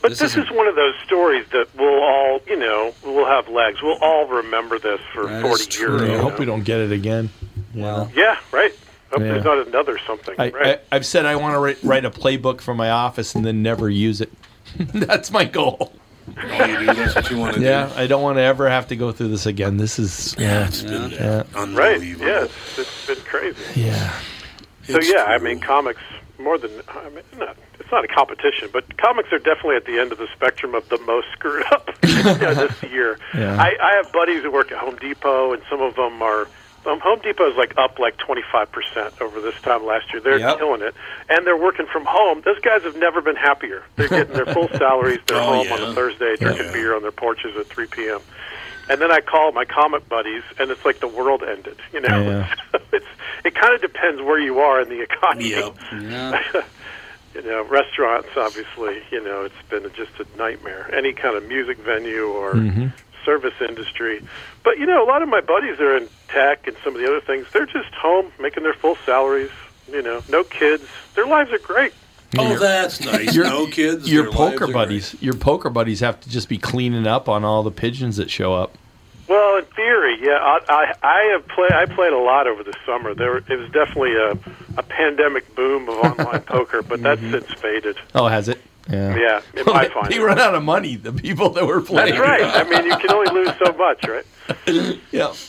Speaker 11: But
Speaker 2: [LAUGHS]
Speaker 11: this, is one of those stories that we'll all, you know, we'll have legs. We'll all remember this for 40 years.
Speaker 2: I
Speaker 11: you
Speaker 2: hope
Speaker 11: know?
Speaker 2: we don't get it again. Well,
Speaker 11: Yeah, right. Hope
Speaker 2: Yeah.
Speaker 11: there's not another something,
Speaker 2: I,
Speaker 11: right?
Speaker 2: I, I've said I want to write, write a playbook for my office and then never use it. That's my goal.
Speaker 1: That's what you want to
Speaker 2: Yeah, I don't want to ever have to go through this again. This is yeah,
Speaker 1: it's been
Speaker 2: yeah.
Speaker 11: Right. Yeah, it's, it's been crazy.
Speaker 2: Yeah.
Speaker 11: So yeah, I mean, comics more than I mean, not, it's not a competition, but comics are definitely at the end of the spectrum of the most screwed up [LAUGHS] you know,
Speaker 10: [LAUGHS]
Speaker 11: this year.
Speaker 10: Yeah.
Speaker 11: I, I have buddies who work at Home Depot, and some of them are. Um, Home Depot's like up like 25% over this time last year. They're
Speaker 10: Yep.
Speaker 11: killing it. And they're working from home. Those guys have never been happier. They're getting their
Speaker 10: [LAUGHS]
Speaker 11: full salaries. They're
Speaker 10: Oh,
Speaker 11: home
Speaker 10: yeah.
Speaker 11: on a Thursday drinking beer on their porches at 3 p.m. And then I call my comic buddies, and it's like the world ended. You know,
Speaker 10: Yeah.
Speaker 11: it kind of depends where you are in the economy.
Speaker 5: Yeah.
Speaker 11: [LAUGHS] you know, restaurants, obviously, you know, it's been just a nightmare. Any kind of music venue or service industry. But, you know, a lot of my buddies are in tech and some of the other things. They're just home making their full salaries, you know, no kids. Their lives are great.
Speaker 1: Oh, that's nice. No kids,
Speaker 2: Your
Speaker 1: their
Speaker 2: poker
Speaker 1: lives are
Speaker 2: buddies. Your poker buddies have to just be cleaning up on all the pigeons that show up.
Speaker 11: Well, in theory, yeah, I, I, I have played. I played a lot over the summer. There, were- it was definitely a, a pandemic boom of
Speaker 2: [LAUGHS]
Speaker 11: online poker, but that's since faded.
Speaker 2: Oh, has it? Yeah.
Speaker 11: Yeah,
Speaker 2: [LAUGHS]
Speaker 11: it might find
Speaker 2: they
Speaker 11: it.
Speaker 2: run out of money. The people that were playing.
Speaker 11: That's right. I mean, you can only lose so much, right?
Speaker 2: yeah. [LAUGHS]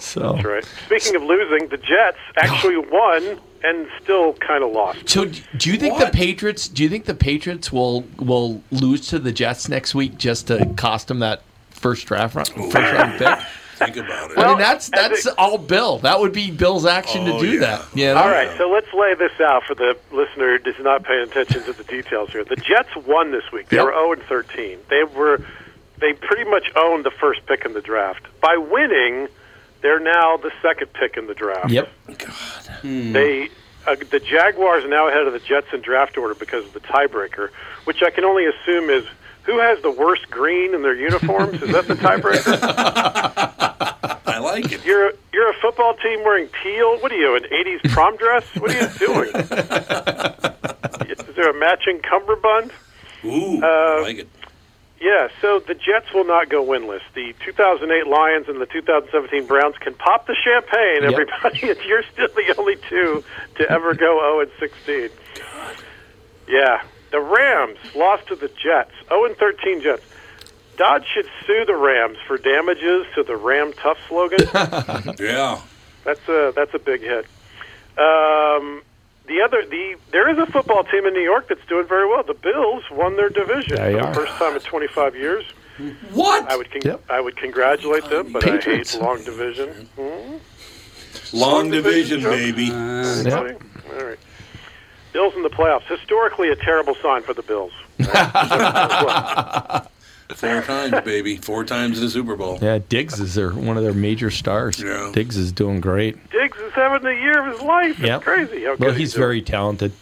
Speaker 2: So.
Speaker 11: That's right. Speaking of losing, the Jets actually
Speaker 2: Oh.
Speaker 11: won and still kind of lost. [LAUGHS]
Speaker 2: So d- do you think the Patriots? Do you think the Patriots will will lose to the Jets next week just to cost them that first draft round, first round pick?
Speaker 1: Think about it.
Speaker 2: I mean, that's that's all Bill. That would be Bill's action to
Speaker 1: Oh,
Speaker 2: do
Speaker 1: yeah.
Speaker 2: that. Yeah.
Speaker 11: All right, so let's lay this out for the listener who is not paying attention to the details here. The Jets won this week. They
Speaker 2: Yep.
Speaker 11: were 0 and 13. They were they pretty much owned the first pick in the draft. By winning, they're now the second pick in the draft.
Speaker 2: Yep.
Speaker 13: Hmm.
Speaker 11: They uh, the Jaguars are now ahead of the Jets in draft order because of the tiebreaker, which I can only assume is who has the worst green in their uniforms? Is that the tiebreaker?
Speaker 1: [LAUGHS] I like it.
Speaker 11: You're you're a football team wearing teal. What are you, an '80s prom dress? What are you doing? Is there a matching cummerbund?
Speaker 1: Ooh,
Speaker 11: uh,
Speaker 1: like it.
Speaker 11: Yeah, so the Jets will not go winless. The 2008 Lions and the 2017 Browns can pop the champagne,
Speaker 10: Yep.
Speaker 11: everybody. [LAUGHS] If you're still the only two to ever
Speaker 1: [LAUGHS]
Speaker 11: go 0 and 16. Yeah, the Rams lost to the Jets, 0 and 13 Jets. Dodge should sue the Rams for damages to the Ram Tough slogan.
Speaker 1: [LAUGHS] Yeah.
Speaker 11: That's a that's a big hit. Um, the other the there is a football team in New York that's doing very well. The Bills won their division
Speaker 2: They
Speaker 11: for
Speaker 2: are.
Speaker 11: the first time in 25 years.
Speaker 5: What?
Speaker 11: I would con- I would congratulate them, but
Speaker 2: Patriots.
Speaker 11: I hate long division. Hmm?
Speaker 1: Long division,
Speaker 11: joke.
Speaker 1: baby.
Speaker 2: Uh,
Speaker 11: Anybody? All right. Bills in the playoffs. Historically, a terrible sign for the Bills.
Speaker 1: Four times, baby. Four times in the Super Bowl.
Speaker 2: Yeah, Diggs is their one of their major stars.
Speaker 1: Yeah.
Speaker 2: Diggs is doing great.
Speaker 11: Diggs is having the year of his life. It's
Speaker 2: Yep.
Speaker 11: crazy. How good
Speaker 2: well, he's
Speaker 11: doing.
Speaker 2: very talented.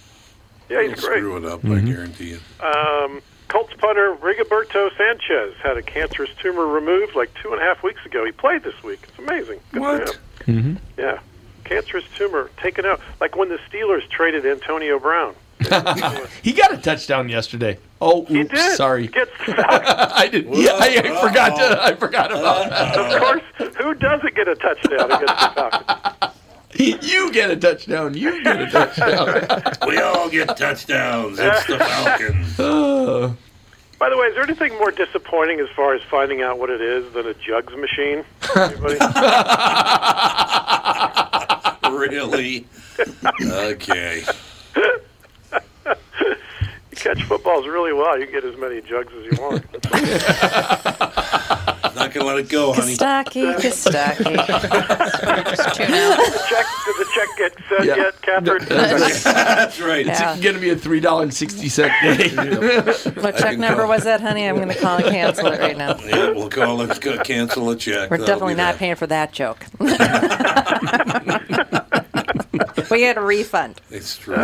Speaker 11: Yeah, he's great.
Speaker 1: Screw it up, I
Speaker 2: Mhm.
Speaker 1: guarantee you.
Speaker 11: Um, Colts punter Rigoberto Sanchez had a cancerous tumor removed like two and a half weeks ago. He played this week. It's amazing. Good for him.
Speaker 2: Mm-hmm.
Speaker 11: Yeah. Cancerous tumor taken out. Like when the Steelers traded Antonio Brown.
Speaker 2: [LAUGHS] he got a touchdown yesterday. Oh, oops,
Speaker 11: did.
Speaker 2: sorry. [LAUGHS]
Speaker 11: Gets
Speaker 2: I did. Yeah, I, I forgot to. I forgot about.
Speaker 11: of course, who doesn't get a touchdown against the Falcons?
Speaker 2: [LAUGHS] You get a touchdown. You get a touchdown.
Speaker 1: [LAUGHS] we
Speaker 11: [LAUGHS]
Speaker 1: all get [LAUGHS] touchdowns. It's the Falcons.
Speaker 2: Uh,
Speaker 11: By the way, is there anything more disappointing as far as finding out what it is than a jugs machine? Anybody?
Speaker 1: [LAUGHS] really? Okay.
Speaker 11: you catch footballs really well. You can get as many jugs as you want.
Speaker 1: [LAUGHS] Not gonna let it go, honey. [LAUGHS]
Speaker 4: Kostaki, Kostaki.
Speaker 11: check, did the check get sent
Speaker 2: Yeah.
Speaker 11: yet, Catherine?
Speaker 2: [LAUGHS] That's right.
Speaker 1: That's right.
Speaker 2: It's
Speaker 4: Yeah.
Speaker 2: going to be a three dollar and sixty cent day.
Speaker 4: What check number was that, honey? I'm going to call and cancel it right now.
Speaker 1: Yeah, we'll call it go cancel a check.
Speaker 4: We're
Speaker 1: That'll
Speaker 4: definitely
Speaker 1: be
Speaker 4: not
Speaker 1: that.
Speaker 4: paying for that joke. we had a refund.
Speaker 11: [LAUGHS]
Speaker 1: It's true.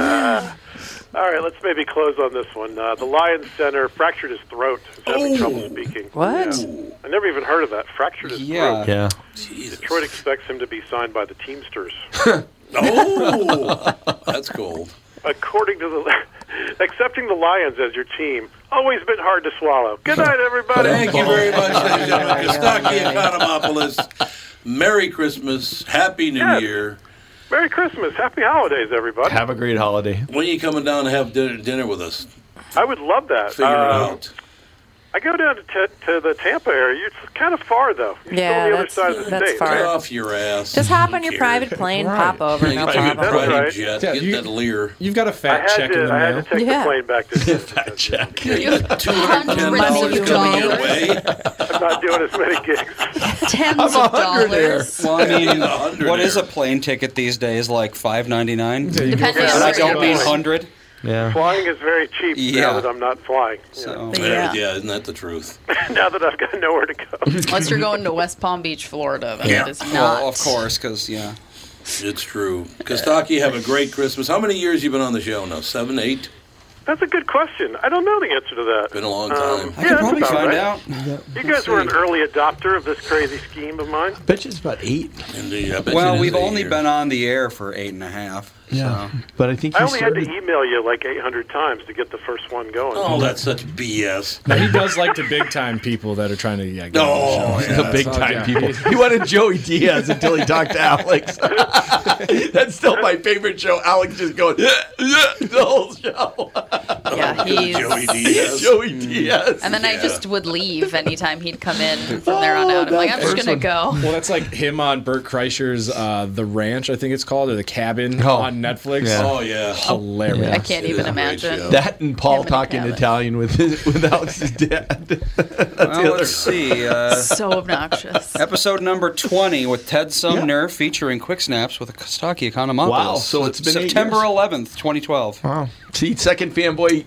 Speaker 11: All right, let's maybe close on this one. Uh, the Lions Center fractured his throat. He's having
Speaker 1: Oh.
Speaker 11: trouble speaking.
Speaker 4: What?
Speaker 11: Yeah. I never even heard of that. Fractured his
Speaker 5: Yeah.
Speaker 11: throat.
Speaker 2: yeah.
Speaker 11: Detroit expects him to be signed by the Teamsters. [LAUGHS]
Speaker 1: Oh, that's cold.
Speaker 11: According to the [LAUGHS] accepting the Lions as your team, always been hard to swallow. Good night, everybody.
Speaker 1: Thank you very much, ladies and gentlemen. Kostaki Economopoulos. Merry Christmas. Happy New
Speaker 11: Yes.
Speaker 1: Year.
Speaker 11: Merry Christmas. Happy holidays, everybody.
Speaker 2: Have a great holiday.
Speaker 1: When are you coming down to have dinner, dinner with us?
Speaker 11: I would love that.
Speaker 1: Figure
Speaker 11: Um,
Speaker 1: it out.
Speaker 11: I go down to, t- to the Tampa area. It's kind of far, though. You're
Speaker 4: Yeah,
Speaker 11: still on the other
Speaker 4: that's-
Speaker 11: side of the
Speaker 4: that's
Speaker 11: state.
Speaker 4: far.
Speaker 1: Get off your ass.
Speaker 4: Just hop on
Speaker 1: Who
Speaker 4: your
Speaker 1: cares?
Speaker 4: private plane, pop over, no problem.
Speaker 1: Private,
Speaker 11: That's right.
Speaker 1: jet.
Speaker 7: Yeah,
Speaker 1: Get
Speaker 7: you-
Speaker 1: that leer.
Speaker 7: You've got a
Speaker 11: I
Speaker 7: fact
Speaker 11: had
Speaker 7: check in
Speaker 11: to.
Speaker 7: the
Speaker 11: I had to
Speaker 7: mail.
Speaker 11: take
Speaker 4: Yeah.
Speaker 11: the plane
Speaker 1: [LAUGHS]
Speaker 11: back to.
Speaker 2: Fat check.
Speaker 3: You
Speaker 1: Two hundred ten
Speaker 3: Hundreds
Speaker 1: dollars
Speaker 3: of
Speaker 1: coming your
Speaker 3: dollars.
Speaker 1: way.
Speaker 11: I'm not doing as many gigs.
Speaker 3: [LAUGHS] tens
Speaker 2: I'm a
Speaker 3: of
Speaker 2: hundred there.
Speaker 3: dollars.
Speaker 5: Well, I
Speaker 1: [LAUGHS]
Speaker 5: mean,
Speaker 1: A hundred
Speaker 5: what is a
Speaker 1: there.
Speaker 5: plane ticket these days? Like five ninety nine.
Speaker 7: you
Speaker 3: Depending
Speaker 5: And I
Speaker 3: on
Speaker 5: don't
Speaker 3: where
Speaker 5: mean
Speaker 3: you're going.
Speaker 5: hundred.
Speaker 2: Yeah.
Speaker 11: Flying is very cheap
Speaker 5: Yeah.
Speaker 11: now that I'm not flying.
Speaker 5: So
Speaker 1: Yeah.
Speaker 3: Yeah.
Speaker 1: isn't that the truth?
Speaker 11: [LAUGHS] now that I've got nowhere to go.
Speaker 3: Unless you're going to West Palm Beach, Florida, then
Speaker 1: Yeah.
Speaker 3: it is not.
Speaker 5: well, of course, because yeah,
Speaker 1: It's true. Kostaki, have a great Christmas. How many years you been on the show now? Seven, eight?
Speaker 11: That's a good question. I don't know the answer to that.
Speaker 1: Been a long
Speaker 11: Um,
Speaker 1: time.
Speaker 5: I
Speaker 11: yeah,
Speaker 5: could
Speaker 11: that's
Speaker 5: probably
Speaker 11: about
Speaker 5: find
Speaker 11: right.
Speaker 5: out.
Speaker 11: You guys were an early adopter of this crazy scheme of mine.
Speaker 2: Bet you it's about eight.
Speaker 1: Indeed, I bet you it
Speaker 5: Well,
Speaker 1: is
Speaker 5: we've
Speaker 1: eight
Speaker 5: only
Speaker 1: years.
Speaker 5: been on the air for eight and a half.
Speaker 2: Yeah.
Speaker 5: So.
Speaker 2: But I think
Speaker 11: I
Speaker 2: he
Speaker 11: only had to
Speaker 2: started.
Speaker 11: email you like 800 times to get the first one going.
Speaker 1: Oh, that's such BS.
Speaker 7: Now, he does like to big time people that are trying to yeah, get on [LAUGHS]
Speaker 1: Oh, yeah.
Speaker 2: the big
Speaker 7: sounds-
Speaker 2: time
Speaker 7: yeah.
Speaker 2: people. He wanted Joey Diaz until he talked to Alex. [LAUGHS] That's still my favorite show. Alex just going the whole show.
Speaker 1: Oh,
Speaker 3: Yeah,
Speaker 1: Joey
Speaker 3: he's.
Speaker 1: Diaz.
Speaker 2: [LAUGHS]
Speaker 1: Mm.
Speaker 2: Joey Diaz.
Speaker 3: And then I
Speaker 1: Yeah.
Speaker 3: just would leave anytime he'd come in
Speaker 1: [LAUGHS]
Speaker 3: from there
Speaker 1: Oh,
Speaker 3: on out. I'm like, I'm just
Speaker 2: Oh, first
Speaker 3: gonna go.
Speaker 7: Well, that's like him on Burt Kreischer's uh, The Ranch, I think it's called, or The Cabin
Speaker 2: Oh.
Speaker 7: on Netflix.
Speaker 2: Yeah.
Speaker 1: Oh, yeah.
Speaker 7: Hilarious.
Speaker 3: I can't
Speaker 1: It is
Speaker 3: even
Speaker 1: a great
Speaker 3: imagine.
Speaker 1: show.
Speaker 2: That and Paul
Speaker 3: Him and
Speaker 2: talking
Speaker 3: Alex.
Speaker 2: Italian with his, with Alex's dad. That's the
Speaker 5: Well,
Speaker 2: other.
Speaker 5: let's see. Uh,
Speaker 3: So
Speaker 1: [LAUGHS]
Speaker 3: obnoxious.
Speaker 5: [LAUGHS] episode number 20 with Ted Sumner
Speaker 2: Yeah.
Speaker 5: featuring Quick Snaps with Kostaki Economopoulos.
Speaker 2: Wow, so it's been eight
Speaker 5: September
Speaker 2: years.
Speaker 5: 11th, 2012.
Speaker 2: Wow. See, second fanboy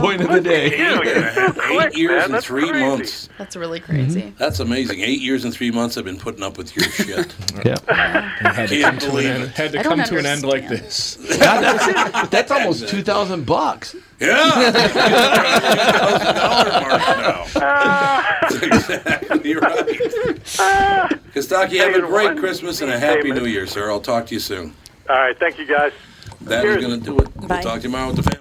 Speaker 2: point of the day.
Speaker 11: Yeah,
Speaker 1: Eight
Speaker 11: it's so quick,
Speaker 1: years
Speaker 11: man.
Speaker 1: and
Speaker 11: That's
Speaker 1: three
Speaker 11: crazy.
Speaker 1: months.
Speaker 3: That's really crazy.
Speaker 1: That's amazing. Eight years and three months I've been putting up with your shit.
Speaker 2: Yeah.
Speaker 7: Had to come
Speaker 1: Can't
Speaker 7: to an
Speaker 1: believe
Speaker 7: end,
Speaker 1: it.
Speaker 7: had to
Speaker 3: I don't
Speaker 7: come to an end like
Speaker 3: understand.
Speaker 7: this.
Speaker 2: That's almost 2000 bucks. [LAUGHS]
Speaker 1: Yeah, [LAUGHS] dollar mark now.
Speaker 11: [LAUGHS]
Speaker 1: [LAUGHS] exactly
Speaker 2: Mm-hmm.
Speaker 1: right. Ah. Kostaki, have a great Christmas and a happy New Year, sir. I'll talk to you soon.
Speaker 11: All right, thank you guys.
Speaker 1: That is going to do it. We'll
Speaker 4: Bye.
Speaker 1: talk to you tomorrow with the family.